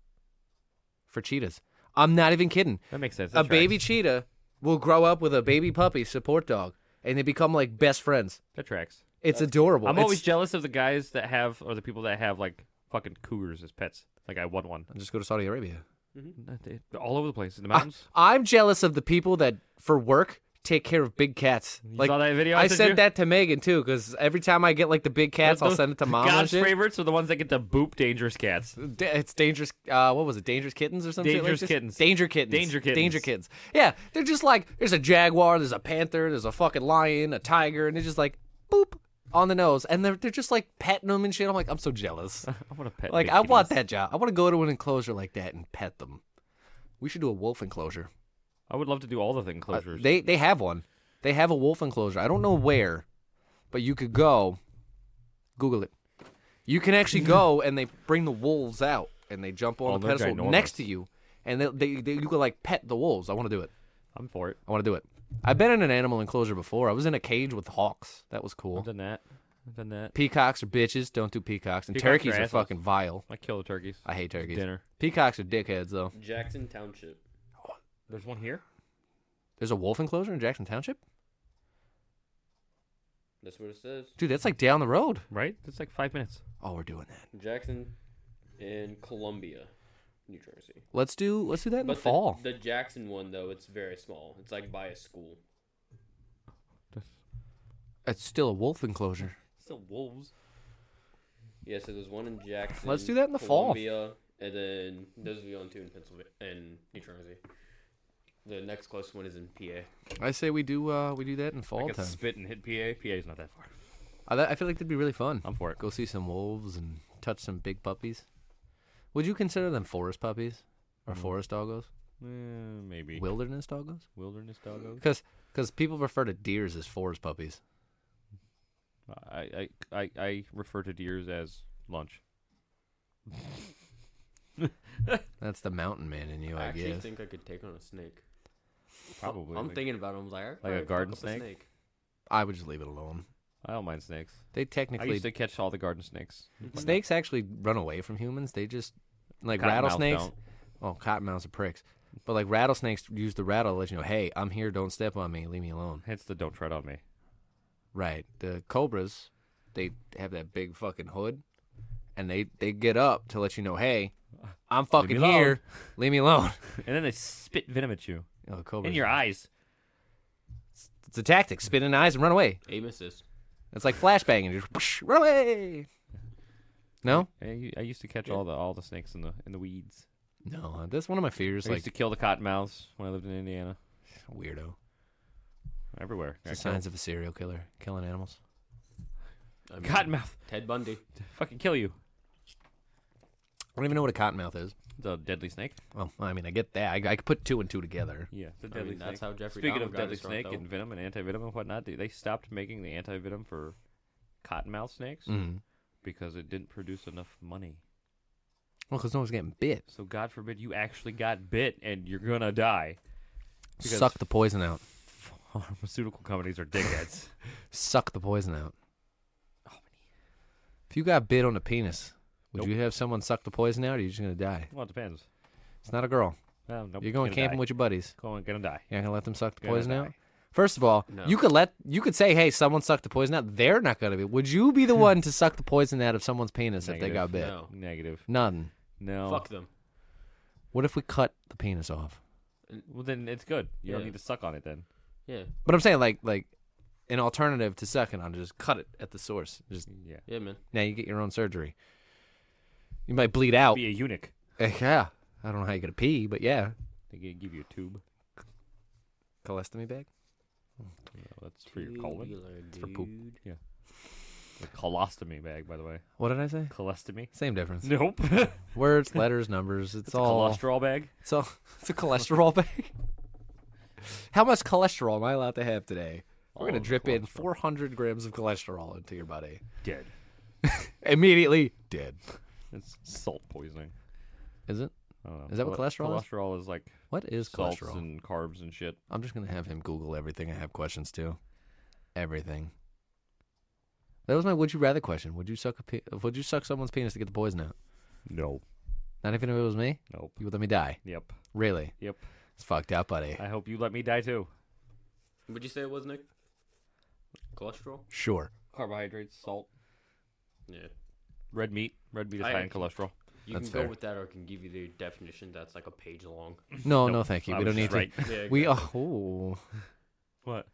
for cheetahs. I'm not even kidding. That makes sense. a baby cheetah will grow up with a baby puppy support dog and they become like best friends. That tracks. It's adorable. I'm It's- always jealous of the guys that have, or the people that have like fucking cougars as pets. Like I want one. just go to Saudi Arabia. They're all over the place Ah, in the mountains. I'm jealous of the people that for work take care of big cats. like saw that video I I sent you? sent that to Megan too, because every time I get like the big cats, I'll Those- send it to mom. and God's shit. favorites are the ones that get to boop dangerous cats. Da- It's dangerous. Uh, what was it? Dangerous kittens or something? Dangerous like this? kittens. Danger kittens. Danger kittens. Danger kittens. Yeah, they're just like there's a jaguar, there's a panther, there's a fucking lion, a tiger, and they're just like boop on the nose, and they're they're just like petting them and shit. I'm like, I'm so jealous. I want a pet. Like big I want kitties. that job. I want to go to an enclosure like that and pet them. We should do a wolf enclosure. I would love to do all the thing Uh, closures. they they have one. They have a wolf enclosure. I don't know where, but you could go. Google it. You can actually go and they bring the wolves out and they jump on Oh, a they're pedestal ginormous. next to you, and they, they, they you can like pet the wolves. I want to do it. I'm for it. I want to do it. I've been in an animal enclosure before. I was in a cage with hawks. That was I've cool. done that. I've done that. Peacocks are bitches. Don't do peacocks. And Peacocks are turkeys are assholes. fucking vile. I kill the turkeys. I hate turkeys. Dinner. Peacocks are dickheads though. Jackson Township. There's one here. There's a wolf enclosure in Jackson Township, That's what it says. dude. That's like down the road. Right? It's like five minutes. Oh, we're doing that. Jackson in Columbia. New Jersey. Let's do let's do that in But the fall. The, Jackson one though, it's very small. It's like by a school. It's still a wolf enclosure. Still wolves. Yeah, so there's one in Jackson. Let's do that in the fall. Columbia, And then those will be on two in Pennsylvania and New Jersey. The next closest one is in PA. I say we do uh we do that in fall I can time. spit and hit PA. PA's not that far. I, I feel like that'd be really fun. I'm for it. Go see some wolves and touch some big puppies. Would you consider them forest puppies or Mm. forest doggos, Eh, maybe wilderness doggos? wilderness doggos. Because because people refer to deers as forest puppies. I, I I I refer to deers as lunch. That's the mountain man in you, I I, actually guess. think I could take on a snake. Probably. I'm like- thinking about it. I'm like, I could a probably garden fuck up snake? I would just leave it alone. I don't mind snakes. They I technically used to catch all the garden snakes. snakes actually run away from humans. They just like Cottonmouth rattlesnakes. don't. Oh, cottonmouths are pricks. But like rattlesnakes use the rattle to let you know, hey, I'm here. Don't step on me. Leave me alone. Hence the don't tread on me. Right. The cobras, they have that big fucking hood, and they they get up to let you know, hey, I'm fucking alone. here. Leave me alone. And then they spit venom at you Oh, the cobras. in your eyes. It's a tactic. Spit in the eyes and run away. Aim assist. It's like flashbanging. Just whoosh, run away. No, I, u- I used to catch all the all the snakes in the in the weeds. no. That's one of my fears. I Like used to kill the cottonmouths when I lived in Indiana. weirdo. Everywhere. It's the signs of a serial killer killing animals. I mean, Cottonmouth, Ted Bundy. fucking kill you. I don't even know what a cottonmouth is. It's a deadly snake. Well, I mean, I get that. I, I could put two and two together. Yeah, it's a I deadly mean, that's snake. how Jeffrey Speaking Dahmer of got deadly his start, snake though. and venom and anti venom and whatnot, dude, they stopped making the anti venom for cottonmouth snakes Mm. because it didn't produce enough money. Well, because no one's getting bit. So God forbid you actually got bit and you're gonna die. Because- Suck the poison out. Pharmaceutical companies are dickheads. Suck the poison out. If you got bit on the penis, would Nope. you have someone suck the poison out, or are you just gonna die? well, it depends. It's not a girl. No, nope, You're going gonna camping die. with your buddies. Going, gonna die. You're not gonna let them suck the Gonna poison die. out. First of all, No. you could let you could say, "Hey, someone sucked the poison out." They're not gonna be. Would you be the one to suck the poison out of someone's penis if they got Hmm. Negative. bit? No. Negative. None. No. Fuck them. What if we cut the penis off? Well, then it's good. You don't Yeah. need to suck on it then. Yeah. But I'm saying, like, like an alternative to sucking on, it, just cut it at the source. Just Yeah. Yeah, man. Now you get your own surgery. You might bleed out. Be a eunuch. Eh, Yeah. I don't know how you're going to pee, but yeah. They g- give you a tube. Colostomy bag? You know, Oh, that's for your colon. Tubular, for poop. dude. A colostomy bag, by the way. What did I say? Colostomy. Same difference. Nope. it's Words, letters, numbers. It's, a all. uh, cholesterol bag. It's all. It's a cholesterol bag. how much cholesterol am I allowed to have today? We're All going of to the drip in Oh, cholesterol. 400 grams of cholesterol into your body. Dead. Immediately dead. It's salt poisoning. Is it? I don't know. Is that what Chole- cholesterol is? Cholesterol is like What is salts cholesterol? and carbs and shit. I'm just gonna have him Google everything I have questions to. Everything. That was my would you rather question. Would you suck a pe- would you suck someone's penis to get the poison out? No. Not even if it was me. Nope. You would let me die. Yep. Really? Yep. It's fucked up, buddy. I hope you let me die too. Would you say it was Nick? Cholesterol? Sure. Carbohydrates, salt, Yeah. red meat. Red meat is I high in actually- cholesterol. You That's can go fair. with that, or I can give you the definition that's like a page long. No, Nope. no, thank you. I we was don't just need right. to. We oh, ooh. What?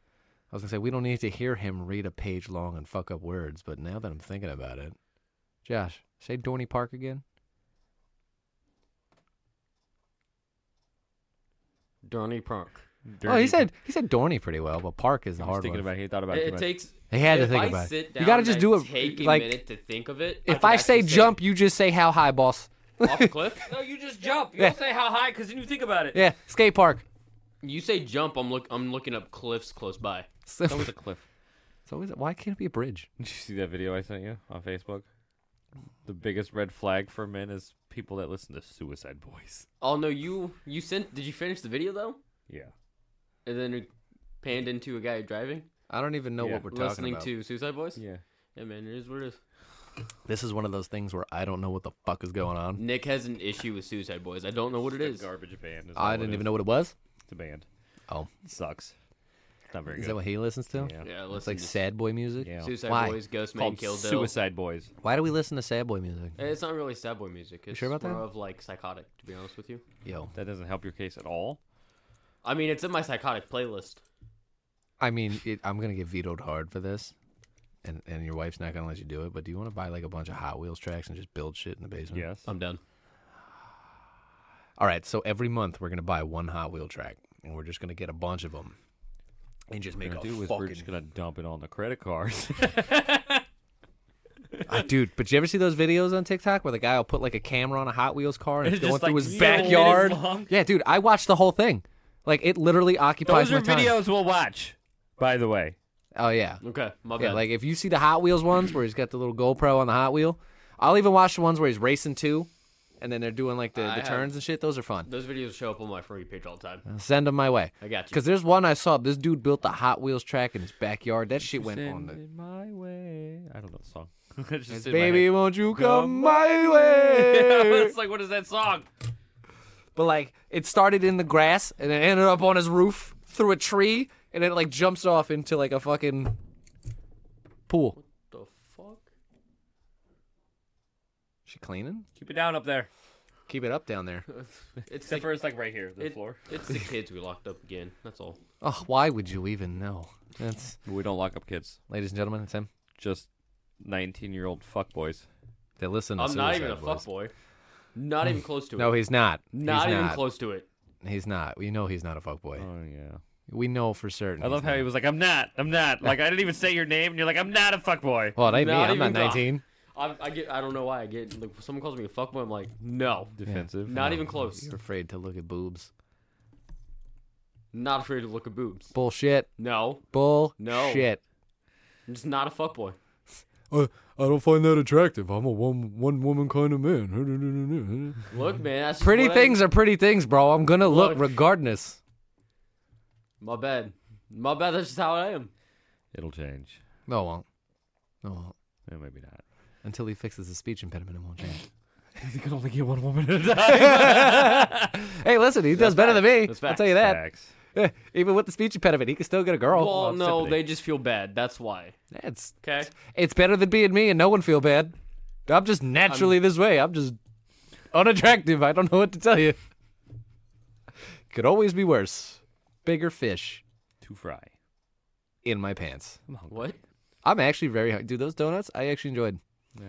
I was gonna say we don't need to hear him read a page long and fuck up words, but now that I'm thinking about it, Josh, say Dorney Park again. Donnie Park. Oh, he Dirty- said he said Dorney pretty well, but Park is the I was hard thinking one. about it. He thought about It, it. too it much. takes. He had to if think I about it. sit You gotta down just and do it, Take a like- minute to think of it. if can I say actually jump, you just say how high, boss. off a cliff. no, you just jump. You Yeah. don't say how high because then you think about it. Yeah, skate park. You say jump. I'm look. I'm looking up cliffs close by. So, That was a cliff. it's always why can't it be a bridge? Did you see that video I sent you on Facebook? The biggest red flag for men is people that listen to Suicide Boys. Oh no, you you sent. Did you finish the video though? Yeah. And then it panned into a guy driving, I don't even know Yeah. what we're talking listening about. to Suicide Boys. Yeah. Yeah, man, it is what it is. This is one of those things where I don't know what the fuck is going on. Nick has an issue with Suicide Boys. I don't know what it is. Garbage band. Is all I it didn't is. even know what it was. It's a band. Oh. It sucks. It's not very Is good. that what he listens to? Yeah. Yeah, It's like listen to sad boy music. Yeah. Suicide Why? Boys, Ghost Man, Called Kill Bill. Suicide Boys. Why do we listen to sad boy music? It's not really sad boy music. It's sure about that? more of like psychotic, to be honest with you. Yo, That doesn't help your case at all. I mean, it's in my psychotic playlist. I mean, it, I'm gonna get vetoed hard for this, and and your wife's not gonna let you do it. But do you want to buy like a bunch of Hot Wheels tracks and just build shit in the basement? Yes. I'm done. All right, so every month we're gonna buy one Hot Wheel track, and we're just gonna get a bunch of them, and just make a We're gonna do is we're fucking. just gonna dump it on the credit cards. Ah, dude, but you ever see those videos on TikTok where the guy will put like a camera on a Hot Wheels car and it's, It's going just, through like, his zero minutes backyard? long. Yeah, dude, I watched the whole thing. Like it literally occupies Those are my time. videos we'll watch. By the way, Oh yeah, Okay, my yeah. bad. Like if you see the Hot Wheels ones where he's got the little GoPro on the Hot Wheel, I'll even watch the ones where he's racing too, and then they're doing like the, I the have- turns and shit. Those are fun. Those videos show up on my free page all the time. Send them my way. I got you. Because there's one I saw. This dude built the Hot Wheels track in his backyard. That shit went on the. my way. I don't know the song. It's just in my Baby, head. won't you come Come my way? it's like, what is that song? but like, it started in the grass and it ended up on his roof through a tree, and then it like jumps off into like a fucking pool. The fuck? She cleaning? keep it down up there. Keep it up down there. It's Except the, for it's like right here, the it- floor. it's the kids we locked up again. That's all. Oh, why would you even know? That's, We don't lock up kids. ladies and gentlemen, it's him. Just nineteen-year-old fuckboys. They listen. To I'm not Suicide even a Boys. fuckboy. Not even close to it. No, he's not. not he's even not. close to it. He's not. We know he's not a fuckboy. Oh yeah. We know for certain. I he's love how not. he was like, "I'm not. I'm not." Like I didn't even say your name, and you're like, "I'm not a fuckboy." Well, it ain't Not me. I'm not even close. 19. I, I get. I don't know why I get. Like, someone calls me a fuckboy. I'm like, no, Defensive. not even close. You're afraid to look at boobs. Not afraid to look at boobs. Bullshit. No, Bull. No. Shit. I'm just not a fuckboy. I, I don't find that attractive. I'm a one one woman kind of man. Look, man, that's just Pretty what I- things are pretty things, bro. I'm gonna look, Look. regardless. My bad. My bad. That's just how I am. It'll change. No, it won't. No, it won't. Yeah, maybe not. Until he fixes his speech impediment, it won't change. You can only get one woman at a time. hey, listen, he does better than me. That's I'll facts. tell you that. Facts. Even with the speech impediment, he can still get a girl. well, it's no, sympathy. they just feel bad. That's why. it's Okay. it's better than being me, and no one feel bad. I'm just naturally this way. I'm just unattractive. I don't know what to tell you. Could always be worse. Bigger fish To fry. in my pants. I'm hungry. What? I'm actually very hungry. Dude, those donuts I actually enjoyed.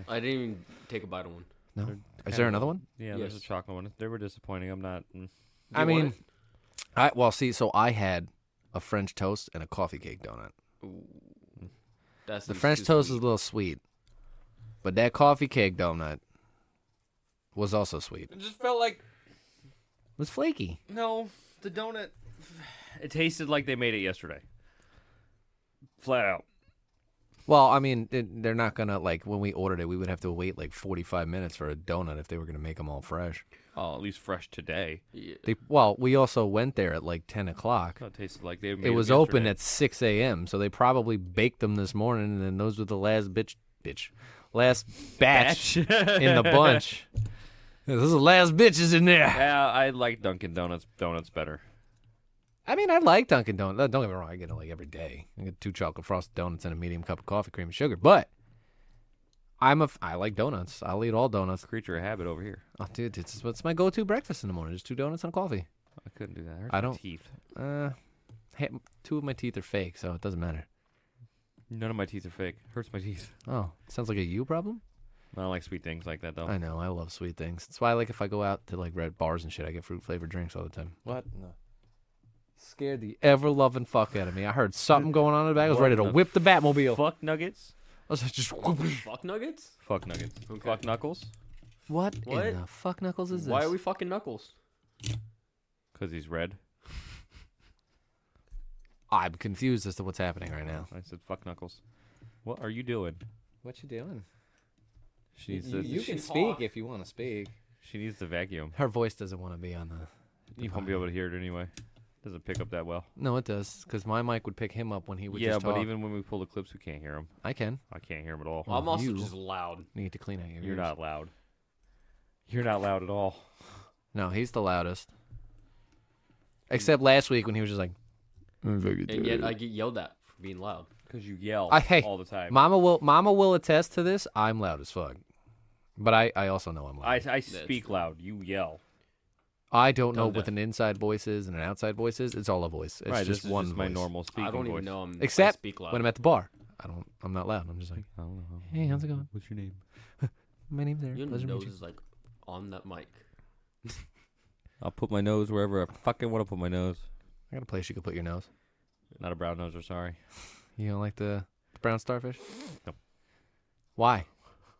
I didn't even take a bite of one. No. Is there another one? Yeah, there's a Yes. chocolate one. They were disappointing. I'm not. mm. I you want mean, I well, see, so I had a French toast and a coffee cake donut. That's The French toast is a little sweet, but that coffee cake donut was also sweet. It It just felt like was flaky. no, the donut. It tasted like they made it yesterday. Flat out. Well, I mean, they- they're not gonna like when we ordered it, we would have to wait like 45 minutes for a donut if they were gonna make them all fresh. Oh, at least fresh today. They well, we also went there at like 10 o'clock. No, it tasted like they. Made It was open yesterday. at 6 a.m., so they probably baked them this morning, and then those were the last bitch, bitch, last batch, in the bunch. Those are the last bitches in there. Yeah, I like Dunkin' Donuts donuts better. I mean, I like Dunkin' Donuts. Don't get me wrong, I get it like every day. I get two chocolate frosted donuts and a medium cup of coffee, cream and sugar. But I'm a f- I like donuts. I'll eat all donuts. Creature of habit over here. Oh, dude, this is what's my go-to breakfast in the morning. Just two donuts and a coffee. I couldn't do that. It hurts I my don't- Teeth. Uh, hey, two of my teeth are fake, so it doesn't matter. None of my teeth are fake. Hurts my teeth. Oh, sounds like a you problem. I don't like sweet things like that though. I know. I love sweet things. That's why, like, if I go out to like red bars and shit, I get fruit flavored drinks all the time. What? No. Scared the ever loving fuck out of me. I heard something going on in the back. I was What ready to the whip the Batmobile. I Fuck nuggets. was like, just fuck nuggets. Fuck nuggets. Okay. Fuck knuckles. what, What? in the fuck knuckles is this? Why are we fucking knuckles? Cause he's red. I'm confused as to what's happening right now. I said fuck knuckles. What are you doing? What you doing? She says she, can speak if you want to speak. she needs the vacuum. Her voice doesn't want to be on the. You won't be able to hear it anyway. Doesn't pick up that well. No, it does, because my mic would pick him up when he would. yeah, just but talk. even when we pull the clips, we can't hear them. I can. I can't hear them at all. Well, I'm also you- just loud. Need to clean out your. You're ears. not loud. You're not loud at all. No, he's the loudest. Except last week when he was just like, and yet I get yelled at for being loud. because you yell I- hey, all the time. Mama will Mama will attest to this. I'm loud as fuck, but I, I also know I'm I, loud. I speak loud. You yell. I, don't know Done what that. an inside voice is and an outside voice is. It's all a voice. It's right, just this is one just my voice. normal speaking I don't voice. even know I'm Except I speak loud. when I'm at the bar. I don't. I'm not loud. I'm just like, I don't know. hey, how's it going? What's your name? My name's Eric. your Pleasure to meet nose you. is like on that mic. I'll put my nose wherever I fucking want to put my nose. I got a place you can put your nose. Not a brown noser, sorry. You don't like the, the brown starfish? No. Why?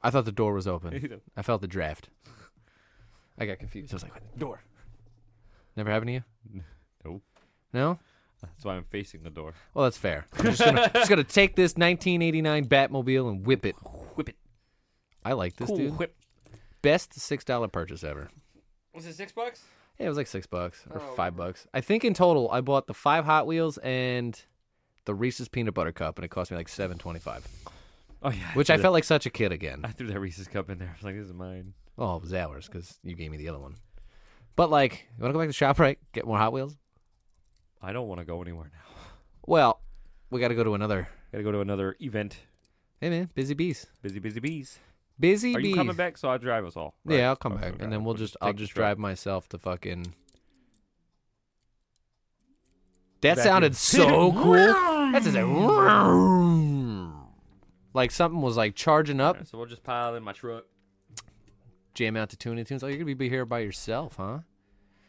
I thought the door was open. I felt the draft. I got confused. I was like, what? door. Never happened to you? Nope. No? That's why I'm facing the door. Well, that's fair. I'm just gonna, just gonna take this 1989 Batmobile and whip it. Whip it. I like this cool dude. whip. Best six dollar purchase ever. Was it six bucks? Oh, Yeah, it was like six bucks or five bucks. I think in total, I bought the five Hot Wheels and the Reese's peanut butter cup, and it cost me like seven twenty five. Oh yeah. Which I felt like such a kid again. I threw that Reese's cup in there. I was like, this is mine. Oh, it was ours because you gave me the other one. But like, you want to go back to shop right? Get more Hot Wheels? I don't want to go anywhere now. Well, we got to go to another. Gotta go to another event. Hey man, busy bees, Busy, busy bees. busy Are bees. you coming back? So I'll drive us all. right? Yeah, I'll come Okay, back, okay. and then we'll We'll just just I'll take the just trip. drive myself to fucking. That Back in. sounded so cool. That just like, like something was like charging up, All right, so we'll just pile in my truck. jam out to tune and tunes. Oh, you're gonna be here by yourself, huh?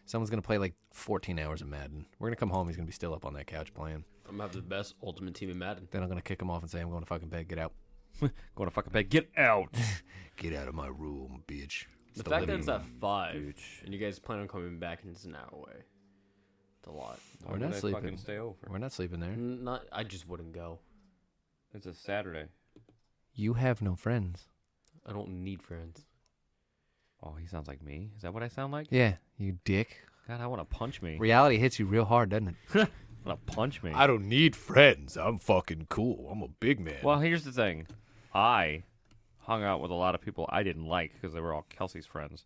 Someone's gonna play like 14 hours of Madden. We're gonna come home. He's gonna be still up on that couch playing. I'm gonna have the best ultimate team in Madden. Then I'm gonna kick him off and say, "I'm going to fucking bed. Get out. Going to fucking bed. Get out. Get out of my room, bitch." The, It's the fact that living it's room. at five and you guys plan on coming back and it's an hour away. It's a lot. We're not sleeping. stay over. We're not sleeping there. N- Not I just wouldn't go. It's a Saturday. You have no friends. I don't need friends. Oh, he sounds like me. Is that what I sound like? Yeah, you dick. God, I want to punch me. Reality hits you real hard, doesn't it? I want to punch me. I don't need friends. I'm fucking cool. I'm a big man. Well, here's the thing. I hung out with a lot of people I didn't like because they were all Kelsey's friends.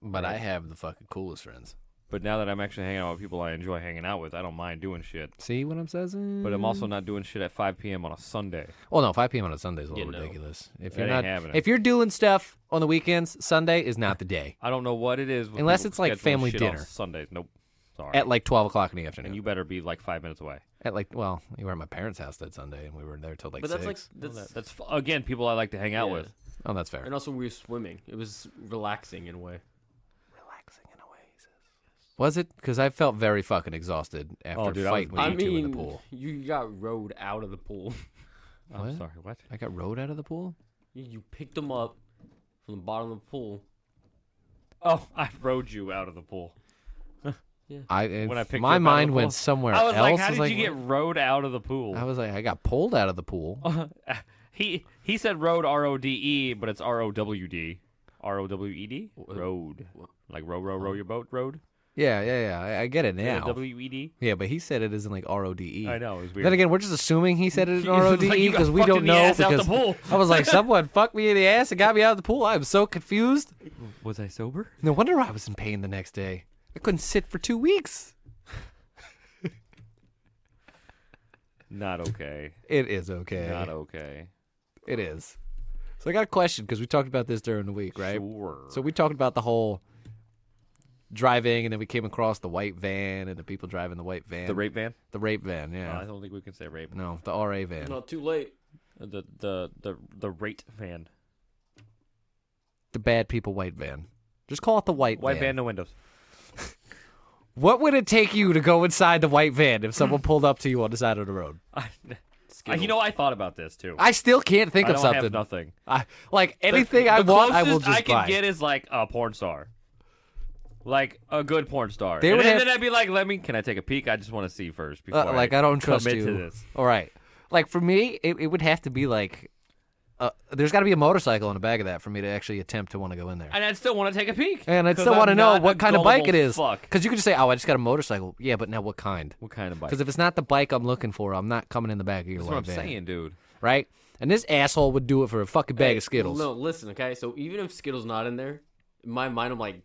But I have the fucking coolest friends. But now that I'm actually hanging out with people I enjoy hanging out with, I don't mind doing shit. See what I'm saying? But I'm also not doing shit at 5 p.m. on a Sunday. Well, no, 5 p.m. on a Sunday is a little Yeah, no. ridiculous. If That you're ain't not, happening. if you're doing stuff on the weekends, Sunday is not the day. I don't know what it is. with Unless people it's, like, scheduling family shit on dinner. Sundays. Nope. Sorry. At like 12 o'clock in the and afternoon. you better be like five minutes away. At like, well, you were at my parents' house that Sunday, and we were there till like But that's like six. that's That's, that's f- again people I like to hang out Yeah. with. oh, that's fair. and also we were swimming. It was relaxing in a way. Relaxing in a way. he says. Was it? Because I felt very fucking exhausted after Oh, dude, I was- fighting with I you two mean, in the pool. you got rowed out of the pool. I'm What? sorry. What? I got rode out of the pool. You- You picked them up from the bottom of the pool. Oh, I rode you out of the pool. I it, When I picked you my up out of mind the went pool, somewhere I was else. like, how I did was you like, get rode out of the pool? I was like, I got pulled out of the pool. he he said road R O D E, but it's R O W D. R O W E D? Road. Like row, row, row your boat, road? Yeah, yeah, Oh. yeah. I, I get it now. W E D? Yeah, but he said it isn't like R O D E. I know, it was weird. Then again, we're just assuming he said it in He R O was D like, E "You got because we fucked don't in the know. ass out the Because pool. I was like, someone fucked me in the ass and got me out of the pool. I'm so confused. Was I sober? No wonder I was in pain the next day. I couldn't sit for two weeks. Not okay. It is okay. Not okay. It is. So I got a question because we talked about this during the week, right? Sure. So we talked about the whole driving, and then we came across the white van and the people driving the white van, the rape van? the rape van. Uh, I Yeah, don't think we can say rape. no, the RA van. Not too late. The the the the rate van. the bad people white van. Just call it the white, White van. van, no windows. What would it take you to go inside the white van if someone pulled up to you on the side of the road? I, I- you know, I thought about this too. I still can't think I of don't something. have nothing. I, like The- anything I the want, I will closest just I can buy. get is like a porn star, like a good porn star. They and would then, have- then I'd be like, "Let me, can I take a peek? I just want to see first before." Uh, like I don't trust commit you. to this. All right. Like for me, it, it would have to be like uh, there's got to be a motorcycle in the bag of that for me to actually attempt to want to go in there. And I'd still want to take a peek. and I 'cause still I'm want to know not what a kind of bike it gullible is. Fuck. Because you could just say, "Oh, I just got a motorcycle." Yeah, but now what kind? What kind of bike? Because if it's not the bike I'm looking for, I'm not coming in the back of your That's white what van, I'm saying, dude. right? And this asshole would do it for a fucking bag Hey, of Skittles. No, listen, okay. So even if Skittles not in there, in my mind, I'm like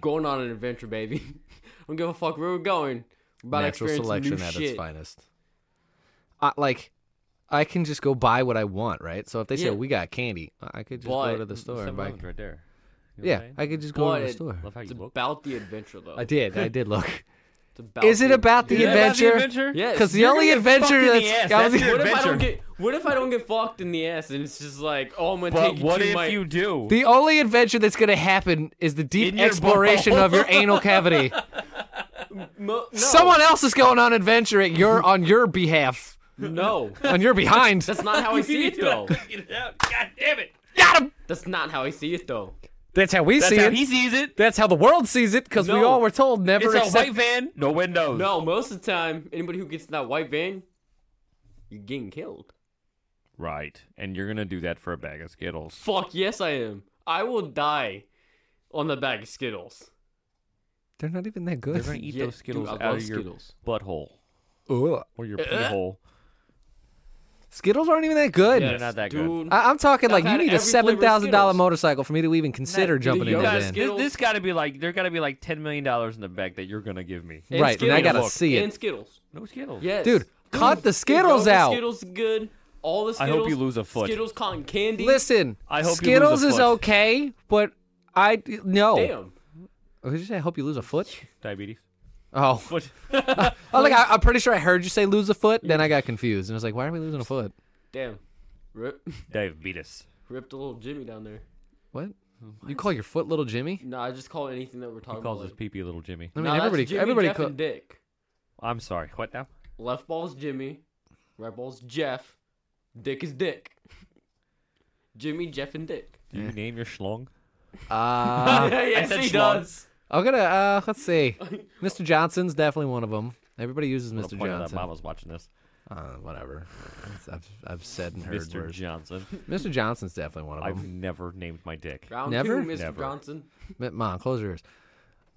going on an adventure, baby. I don't give a fuck where we're going. About natural experience, selection new at its shit. finest. I, like, I can just go buy what I want, right? So if they say Yeah. we got candy, I could just But go to the store and buy. 7-Eleven's right there. You know what Yeah, I'm saying? I could just go to But the it- store. love how It's you look. about the adventure, though. I did. I did look. It's about Is it about the Yeah. adventure? Yes. Because the You're gonna only get adventure fucked in the that's ass, I was- that's What if I don't Adventure. get? What if I don't get fucked in the ass and it's just like, oh, I'm gonna But take you what to if my. you do? the only adventure that's gonna happen is the deep In your exploration of your anal cavity. Mo- no, Someone else is going on adventure at your on your behalf, No, on your behind. that's not how I see it though. Get it out. God damn it. Got him. That's not how I see it though. That's how we That's see how it. he sees it. That's how the world sees it because we No. all were told never It's a accept. white van, no windows. No, most of the time, anybody who gets in that white van, you're getting killed. Right. And you're gonna do that for a bag of Skittles. Fuck yes, I am. I will die on the bag of Skittles. They're not even that They're good. gonna eat Yeah, those Skittles dude, I out love of your Skittles. butthole Ugh. or your pee hole. Skittles aren't even that good. Ah, Yeah. They're not that good. dude. I- I'm talking like I've you had need a every flavor of seven thousand dollar Skittles. motorcycle for me to even consider Nah, dude, jumping you in got that a van. Skittles. This, this got to be like there got to be like ten million dollars in the bag that you're gonna give me. And Right, and I Skittles. gotta see it. And Skittles. No Skittles. Yes. Dude, cut the Skittles the out. Skittles is good. All the I Skittles. hope you lose a foot. Skittles cotton candy. Listen, I hope you lose a Skittles is foot. okay, but I no. Damn. What did you say? I hope you lose a foot. Diabetes. Oh, What? oh like I, I'm pretty sure I heard you say lose a foot. Then I got confused and I was like, why are we losing a foot? Damn. Rip, Diabetes. ripped a little Jimmy down there. What? You call your foot little Jimmy? No, I just call it anything that we're He talking calls about. his pee pee little Jimmy. I mean, Nah, that's everybody, Jimmy, everybody. Jeff, Call, and Dick. I'm sorry. What now? Left ball's Jimmy. Right ball's Jeff. Dick is Dick. Jimmy, Jeff, and Dick. Do you name your schlong? uh, yes, said he schlong. does. I'm gonna. Uh, let's see. Mr. Johnson's definitely one of them. Everybody uses I'm gonna Mr. point out that Johnson. Mama's watching this. Uh, whatever. It's- I've, I've said and heard Mr. words. Johnson. Mr. Johnson's definitely one of I've them. never named my dick. Round Never? two, Mr. Never. Johnson. M- Mom, close your ears.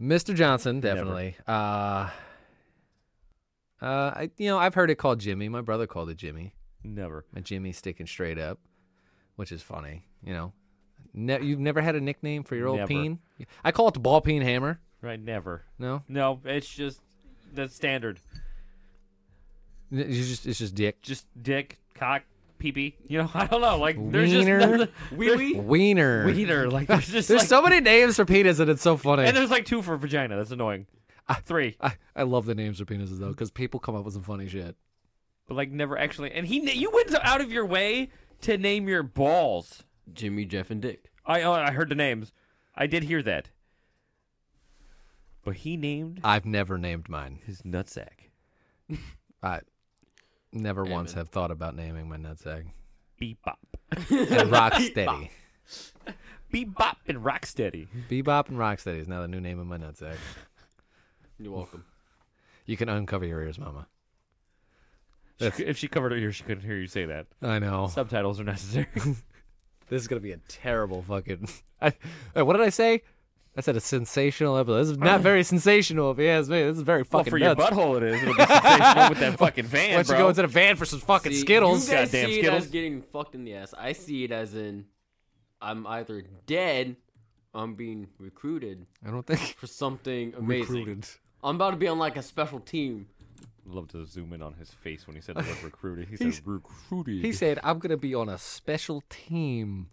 Mr. Johnson, definitely. Uh, uh, I, you know, I've heard it called Jimmy. My brother called it Jimmy. Never. My Jimmy sticking straight up, which is funny. You know, ne- you've never had a nickname for your old Never. peen. I call it the ball peen hammer. Right. Never. No, No. It's just the standard. N- you just it's just dick. Just dick, cock, pee pee. You know. I don't know. Like there's Wiener. just nothing- Wee wee. Wiener. wiener. Like there's just There's like, so many names for penis, and it's so funny. and there's like two for vagina. That's annoying. Three. I, I love the names for penises though, because people come up with some funny shit. but like never actually. And he, you went out of your way to name your balls. Jimmy, Jeff, and Dick. I, oh, I heard the names. I did hear that. But he named I've never named mine. his nutsack I never once have thought about naming my nutsack. Bebop. And Rocksteady. Bebop and Rocksteady. Bebop and Rocksteady is now the new name of my nutsack. You're welcome. You can uncover your ears, mama. She cou- if she covered her ears, she couldn't hear you say that. I know. Subtitles are necessary. This is going to be a terrible fucking. I, uh, what did I say? I said a sensational episode. This is not very sensational, if you ask me. This is very well, fucking for your nuts. butthole, it is. It'll be sensational with that fucking Why van, don't you bro. go into the van for some fucking See, Skittles? You guys Goddamn see Skittles. it as getting fucked in the ass. I see it as in I'm either dead, I'm being recruited I don't think. for something amazing. I'm about to be on like a special team. Love to zoom in on his face when he said the word recruited. He said recruited. He said, I'm going to be on a special team.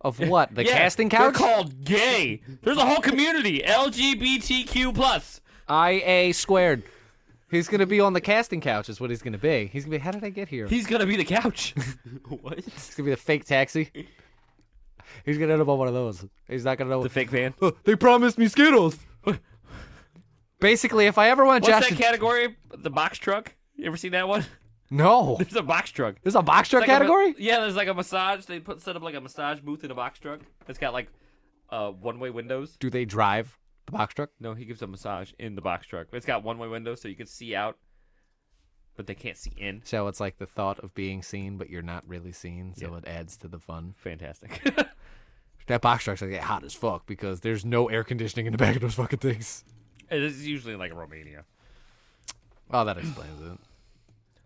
Of what? The casting They're couch? called gay. There's a whole community LGBTQ plus. IA squared. He's gonna be on the casting couch. Is what he's gonna be. He's gonna be. How did I get here? He's gonna be the couch. What? He's gonna be the fake taxi. He's gonna end up on one of those. He's not gonna know. the fake van. Uh, they promised me Skittles. Basically, if I ever want What's Josh, that to- category? The box truck. You ever seen that one? no, There's a box truck. there's a box truck category. Like a ma- yeah, there's like a massage. They put set up like a massage booth in a box truck. It's got like uh, one way windows. Do they drive the box truck? No, he gives a massage in the box truck. It's got one way windows, so you can see out, but they can't see in. So it's like the thought of being seen, but you're not really seen. So it adds to the fun. Fantastic. That box truck's gonna get hot as fuck because there's no air conditioning in the back of those fucking things. it is usually like Romania. Oh, that explains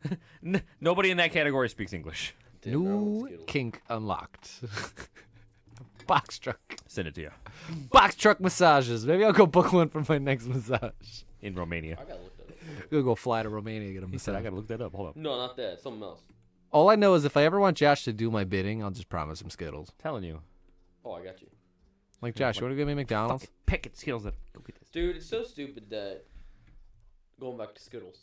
it. N- nobody in that category speaks English. New kink unlocked. Box truck. Send it to you Box truck massages. Maybe I'll go book one for my next massage. in Romania. I gotta look that up. We'll go fly to Romania and get a He said, I massage. gotta look that up. Hold on. No, not that. Something else. All I know is if I ever want Josh to do my bidding, I'll just promise him Skittles. telling you. Oh, I got you. Like Josh, you want to give me McDonald's? Fucking Picket Skittles. Up. Go get this. Dude, it's so stupid that going back to Skittles,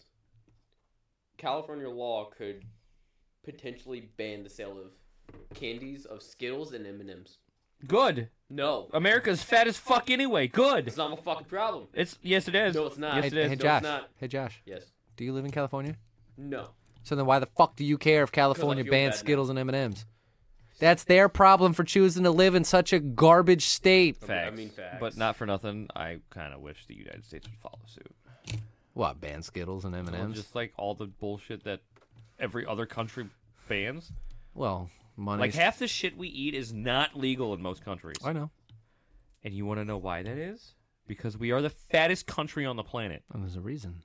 California law could potentially ban the sale of candies of Skittles and M and M's. Good. No, America's fat as fuck anyway. Good. it's not my fucking problem. It's yes, it is. No, it's not. Yes, Hey, it hey, is. No, it's Josh. not. Hey Josh, Yes. do you live in California? No. So then why the fuck do you care if California feel bans bad now. Skittles and M&Ms? That's their problem for choosing to live in such a garbage state. Facts. I mean facts. But not for nothing. I kind of wish the United States would follow suit. What, ban Skittles and Well, M&Ms? Just like all the bullshit that every other country bans. Well, money. Like half the shit we eat is not legal in most countries. I know. And you want to know why that is? Because we are the fattest country on the planet. And there's a reason.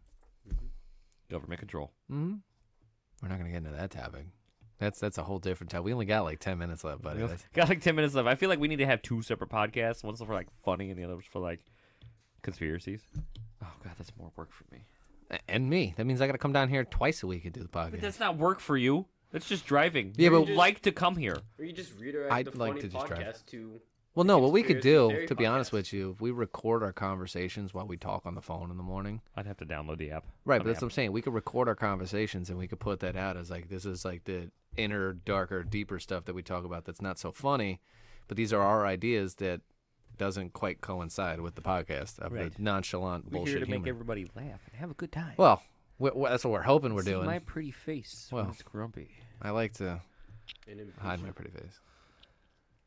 Government control. hmm We're not going to get into that topic. That's that's a whole different topic. We only got like 10 minutes left, buddy. That's- Got like 10 minutes left. I feel like we need to have two separate podcasts. One's for like funny and the other's for like conspiracies. Oh, God, that's more work for me. And me. That means I got to come down here twice a week and do the But podcast. that's not work for you. That's just driving. Yeah, You but- like to come here. Or you just redirect I'd the like funny to just podcast drive. to. Well, no, what we could Conspiracy do, theory to be honest podcast. with you, if we record our conversations while we talk on the phone in the morning. I'd have to download the app. Right, On but the that's what I'm saying. We could record our conversations and we could put that out as like this is like the inner, darker, deeper stuff that we talk about that's not so funny, but these are our ideas that doesn't quite coincide with the podcast of Right. the nonchalant We're bullshit here to humor. make everybody laugh and have a good time. well, we, we- that's what we're hoping we're See doing. my pretty face. when Well. it's grumpy. I like to And improve. hide my pretty face.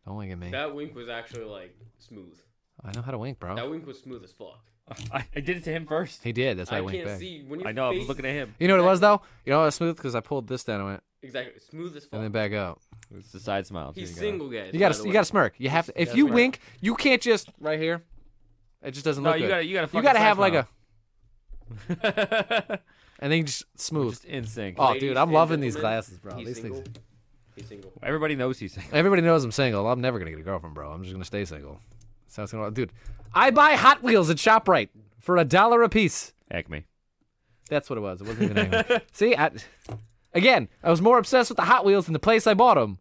Don't wink at me. That wink was actually like smooth. I know how to wink, bro. That wink was smooth as fuck. I, I did it to him first. he did. That's why I, I winked can't back. see when you. I know. I was looking at him. You know what it was though? You know what was smooth because I pulled this down and went Exactly, smooth as fuck. and then back up. It's the side smile. Here He's you go. single, guys. You by got the to you way. got to smirk. You have to, if gotta you smirk. wink, you can't just right here. It just doesn't No, look you good. gotta- you gotta you fucking gotta side have like smile. a and then you just smooth. Just in sync. oh, Ladies dude, I'm and loving these gentlemen, glasses, bro. He's These single. things. He's single. Everybody knows he's single. Everybody knows I'm single. I'm never gonna get a girlfriend, bro. I'm just gonna stay single. So it's gonna, dude, I buy Hot Wheels at Shoprite for a dollar a piece. Acme. That's what it was. It wasn't even. Angry. See, I, again, I was more obsessed with the Hot Wheels than the place I bought them.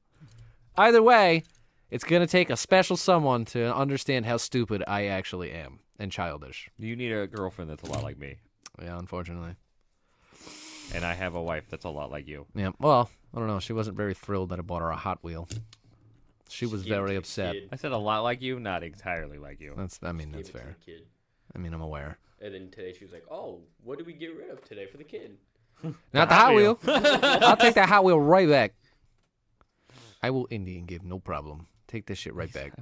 Either way, it's gonna take a special someone to understand how stupid I actually am and childish. You need a girlfriend that's a lot like me, Yeah, unfortunately. and I have a wife that's a lot like you. Yeah. Well, I don't know. She wasn't very thrilled that I bought her a Hot Wheel. She was very upset. Kid. I said a lot like you, not entirely like you. That's. I mean, that's Gave it to fair. the Kid. I mean, I'm aware. And then today she was like, "Oh, what did we get rid of today for the kid?" Not the Hot Wheel. I'll take that Hot Wheel right back. I will Indian give no problem. Take this shit right back.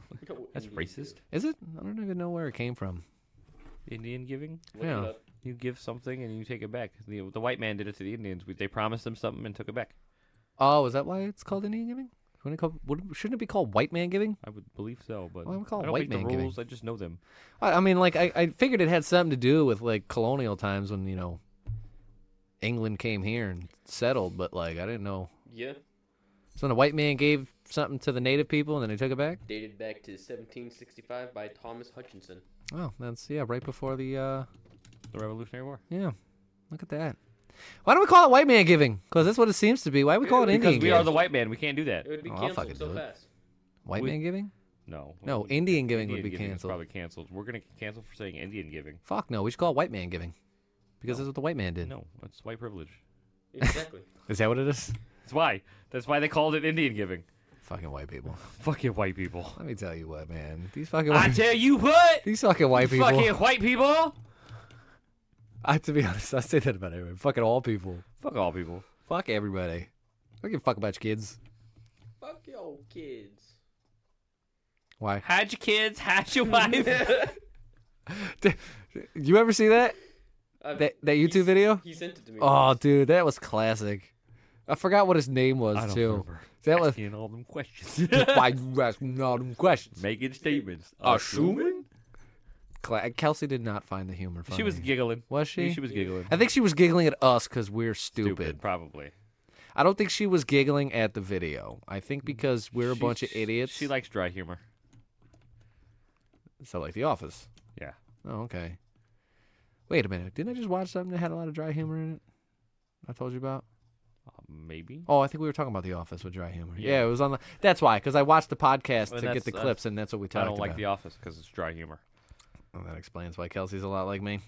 That's racist. Is it? I don't even know where it came from. Indian giving. Yeah. Yeah. You give something and you take it back. The, the white man did it to the Indians. We, they promised them something and took it back. Oh, is that why it's called Indian giving? Wouldn't it, call, would, shouldn't it be called white man giving? I would believe so, but Why don't we call it I don't white make man the giving? rules. I just know them. I, I mean, like I, I figured it had something to do with like colonial times when you know England came here and settled, but like I didn't know. Yeah. So when a white man gave something to the native people and then they took it back. Dated back to 1765 by Thomas Hutchinson. Oh, that's yeah, right before the uh The Revolutionary War. yeah. Look at that. Why don't we call it white man giving? Because that's what it seems to be. Why do we call it Because Indian Because we are giving? the white man. We can't do that. It would be Oh, I'll fucking canceled so do it. fast. white we- man giving? No. No, Indian giving would Indian be giving is canceled. Probably canceled. We're gonna get canceled for saying Indian giving. Fuck no, we should call it white man giving. Because that's what the white man did. No, that's white privilege. Exactly. Is that what it is? That's why. That's why they called it Indian giving. Fucking white people. Fucking white people. Let me tell you what, man. These fucking I white- tell you what. These fucking white people. Fucking white people. I, to be honest, I say that about everybody. Fucking all people. Fuck all people. Fuck everybody. I don't give a fuck about your kids. Fuck your kids. Why? Hide your kids. Hide your wife. you ever see that? I've- That- that he YouTube s- video? He sent it to me. Oh, dude, that was classic. I forgot what his name was I don't too. remember. That was Asking all them questions. why you asking all them questions. Making statements. Assuming? Cla- Kelsey did not find the humor funny. She was giggling. Was she? She was giggling. I think she was giggling at us because we're stupid. Probably. I don't think she was giggling at the video. I think because we're a Mm. She- bunch of idiots. She likes dry humor. so like The Office. Yeah. Oh, okay. Wait a minute. Didn't I just watch something that had a lot of dry humor in it? I told you about. Uh, maybe. Oh, I think we were talking about The Office with dry humor. Yeah, Yeah. it was on. The, that's why, because I watched the podcast Well, to get that's- the that's- clips, and that's what we talked I don't like The about. Office because it's dry humor. Oh, that explains why Kelsey's a lot like me.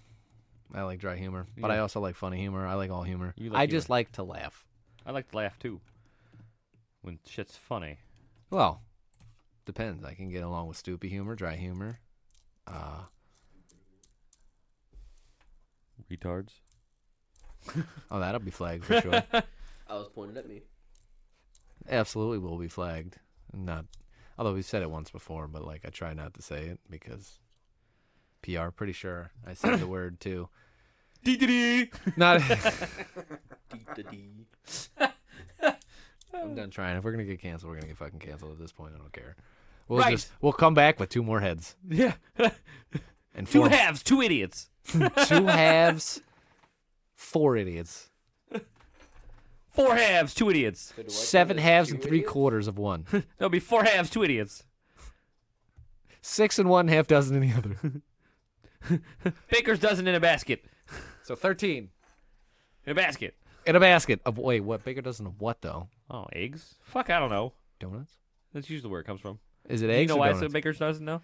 I like dry humor, but Yeah. I also like funny humor. I like all humor. You I like just like to laugh. I like to laugh too when shit's funny. Well, depends. I can get along with stupid humor, dry humor. Uh, Retards. oh, that'll be flagged for sure. I was pointed at me. Absolutely will be flagged. Not, although we've said it once before, but like I try not to say it because PR. Pretty sure I said the word too. Not. Dee-da-dee. I'm done trying. If we're gonna get canceled, we're gonna get fucking canceled at this point. I don't care. We'll Right. just we'll come back with two more heads Yeah. and two four halves, two idiots. two halves, four idiots, Four halves, two idiots. So do I seven count as halves two and three idiots? quarters of one, That'll be four halves, two idiots. six and one half dozen in the other. Baker's dozen in a basket. So thirteen In a basket. in a basket. Of, wait, what? Baker dozen of what though? Oh, eggs? Fuck, I don't know. Donuts? That's usually where it comes from. Is it you eggs know or why I donuts? said Baker's dozen now?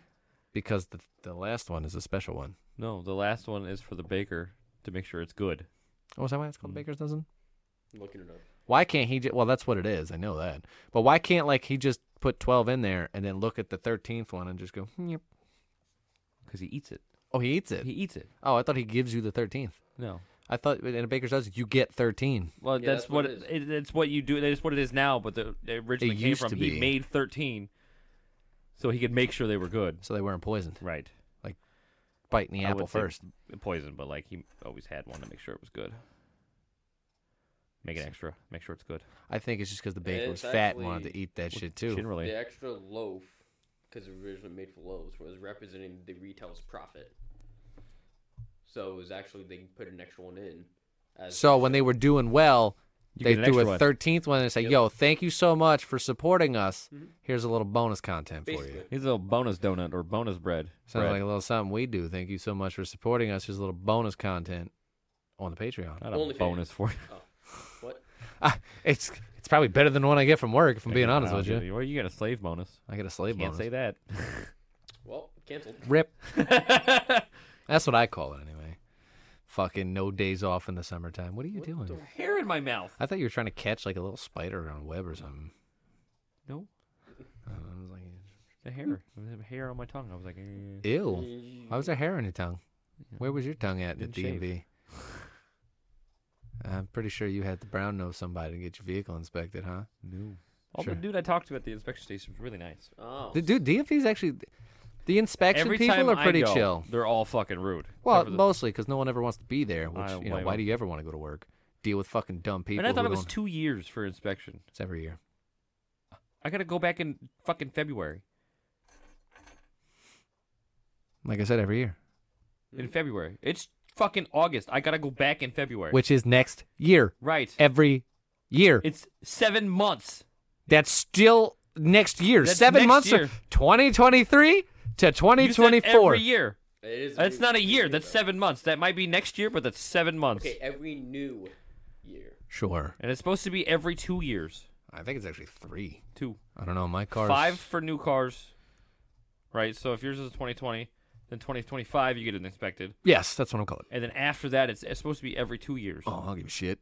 because the the last one is a special one. No, the last one is for the baker to make sure it's good. Oh, is that why it's called Baker's dozen? I'm looking it up. Why can't he? Ju- well, that's what it is. I know that. But why can't like he just put twelve in there and then look at the thirteenth one and just go? "Hmm, yep." Because he eats it. Oh, he eats it. He eats it. Oh, I thought he gives you the thirteenth. No. I thought in a baker's dozen you get thirteen. Well, Yeah, that's, what, it, it, it's what you do. That's what it is now. But the, it originally It came used from to be. he made thirteen, so he could make sure they were good. So they weren't poisoned. Right. Biting the I apple wouldn't say first. Poison, but like he always had one to make sure it was good. Make it extra. Make sure it's good. I think it's just because the baker was It's fat and wanted to actually- eat that shit too. Generally, The extra loaf, because it was originally made for loaves, was representing the retail's profit. So it was actually they put an extra one in. As So when they were doing well, You they get an threw extra a one. thirteenth one and say, "Yo, thank you so much for supporting us. Here's a little bonus content for Mm-hmm. basically, you." he's a little bonus donut or bonus bread. Sounds Bread. like a little something we do. Thank you so much for supporting us. Here's a little bonus content on the Patreon. Not a Only fan. bonus for you. what? Ah, it's it's probably better than the one I get from work. If I'm being honest with you, Well, you get a slave bonus. I get a slave Can't bonus. say that. Well, canceled. Rip. That's what I call it anyway. Fucking no days off in the summertime. What are you doing? Hair in my mouth. I thought you were trying to catch like a little spider on a web or something. No, I was like, the hair. The hair on my tongue. I was like, eh. ew. Why was there hair on your tongue? Where was your tongue at at Didn't shave. DMV? I'm pretty sure you had to brown nose somebody to get your vehicle inspected, huh? no. Oh, Sure. but dude, I talked to at the inspection station was really nice. Oh, The, dude, DMV's actually the inspection Every time people are I pretty go, chill. They're all fucking rude. Well, Except for the- mostly because no one ever wants to be there. Which I don't you know, blame why 'em. do you ever want to go to work? Deal with fucking dumb people. and I thought who it was don't- two years for inspection. It's every year. I gotta go back in fucking February. Like I said, every year, In February, it's fucking August. I gotta go back in February. which is next year, right? every year. It's seven months. That's still next year. That's Seven next months, year. to 2023 to You said 2024. every year. it is. That's new- Uh, not a new year. That's though. seven months. That might be next year, but that's seven months. Okay, every new year. Sure, And it's supposed to be every two years. I think it's actually three. Two. I don't know. My car's Five for new cars. Right? So if yours is a 2020, then 2025 you get it inspected. Yes, that's what I'm calling. it. And then after that, it's, it's supposed to be every two years. Oh, I'll give a shit.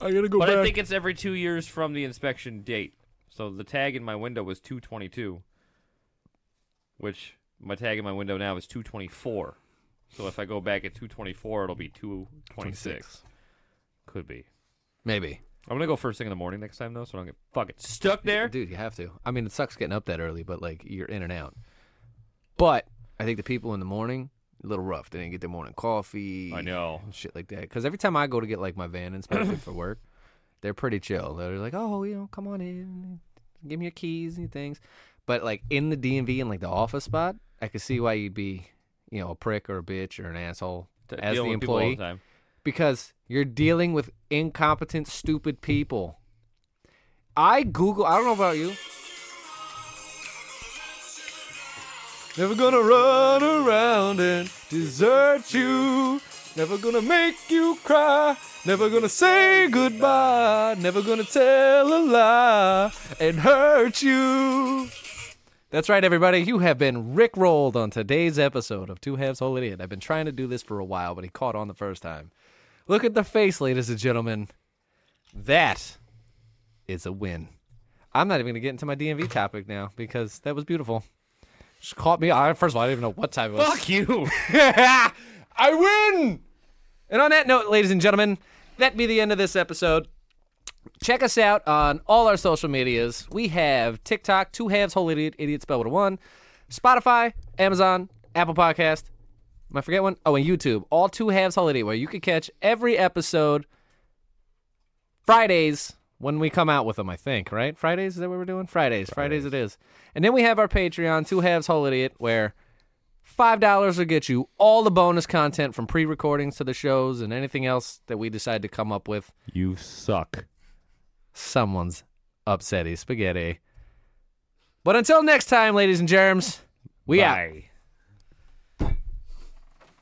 I gotta go but back. I think it's every two years from the inspection date. So the tag in my window was 222, which my tag in my window now is 224. So if I go back at 224, it'll be 226. Could be. Maybe. I'm gonna go first thing in the morning next time though, so I don't get fucking stuck there. Dude, you have to. I mean, it sucks getting up that early, but like you're in and out. But I think the people in the morning, a little rough. They didn't get their morning coffee. I know. and Shit like that. Because every time I go to get like my van inspected for work, they're pretty chill. They're like, oh, you know, come on in, give me your keys and your things. But like in the DMV and like the office spot, I could see why you'd be, you know, a prick or a bitch or an asshole T- as the dealing with people all employee time. because you're dealing with incompetent, stupid people. I Google. I don't know about you. Never gonna run around and desert you. Never gonna make you cry. Never gonna say goodbye. Never gonna tell a lie and hurt you. That's right, everybody. You have been rickrolled on today's episode of Two Halves Whole Idiot. I've been trying to do this for a while, but he caught on the first time. Look at the face, ladies and gentlemen. That is a win. I'm not even going to get into my DMV topic now because that was beautiful. Just caught me. I, first of all, I didn't even know what time it was. Fuck you. I win! And on that note, ladies and gentlemen, that be the end of this episode. Check us out on all our social medias. We have TikTok, Two Halves, Whole Idiot, Idiot Spell with a One, Spotify, Amazon, Apple Podcast. Am I forget one? Oh, and YouTube. All Two Halves, Whole Idiot, where you can catch every episode Fridays when we come out with them, I think, right? Fridays, is that what we're doing? Fridays, Fridays, it is. And then we have our Patreon, Two Halves, Whole Idiot, where Five dollars will get you all the bonus content from pre-recordings to the shows and anything else that we decide to come up with. You suck. Someone's upsetty spaghetti. But until next time, ladies and germs, we out. Bye.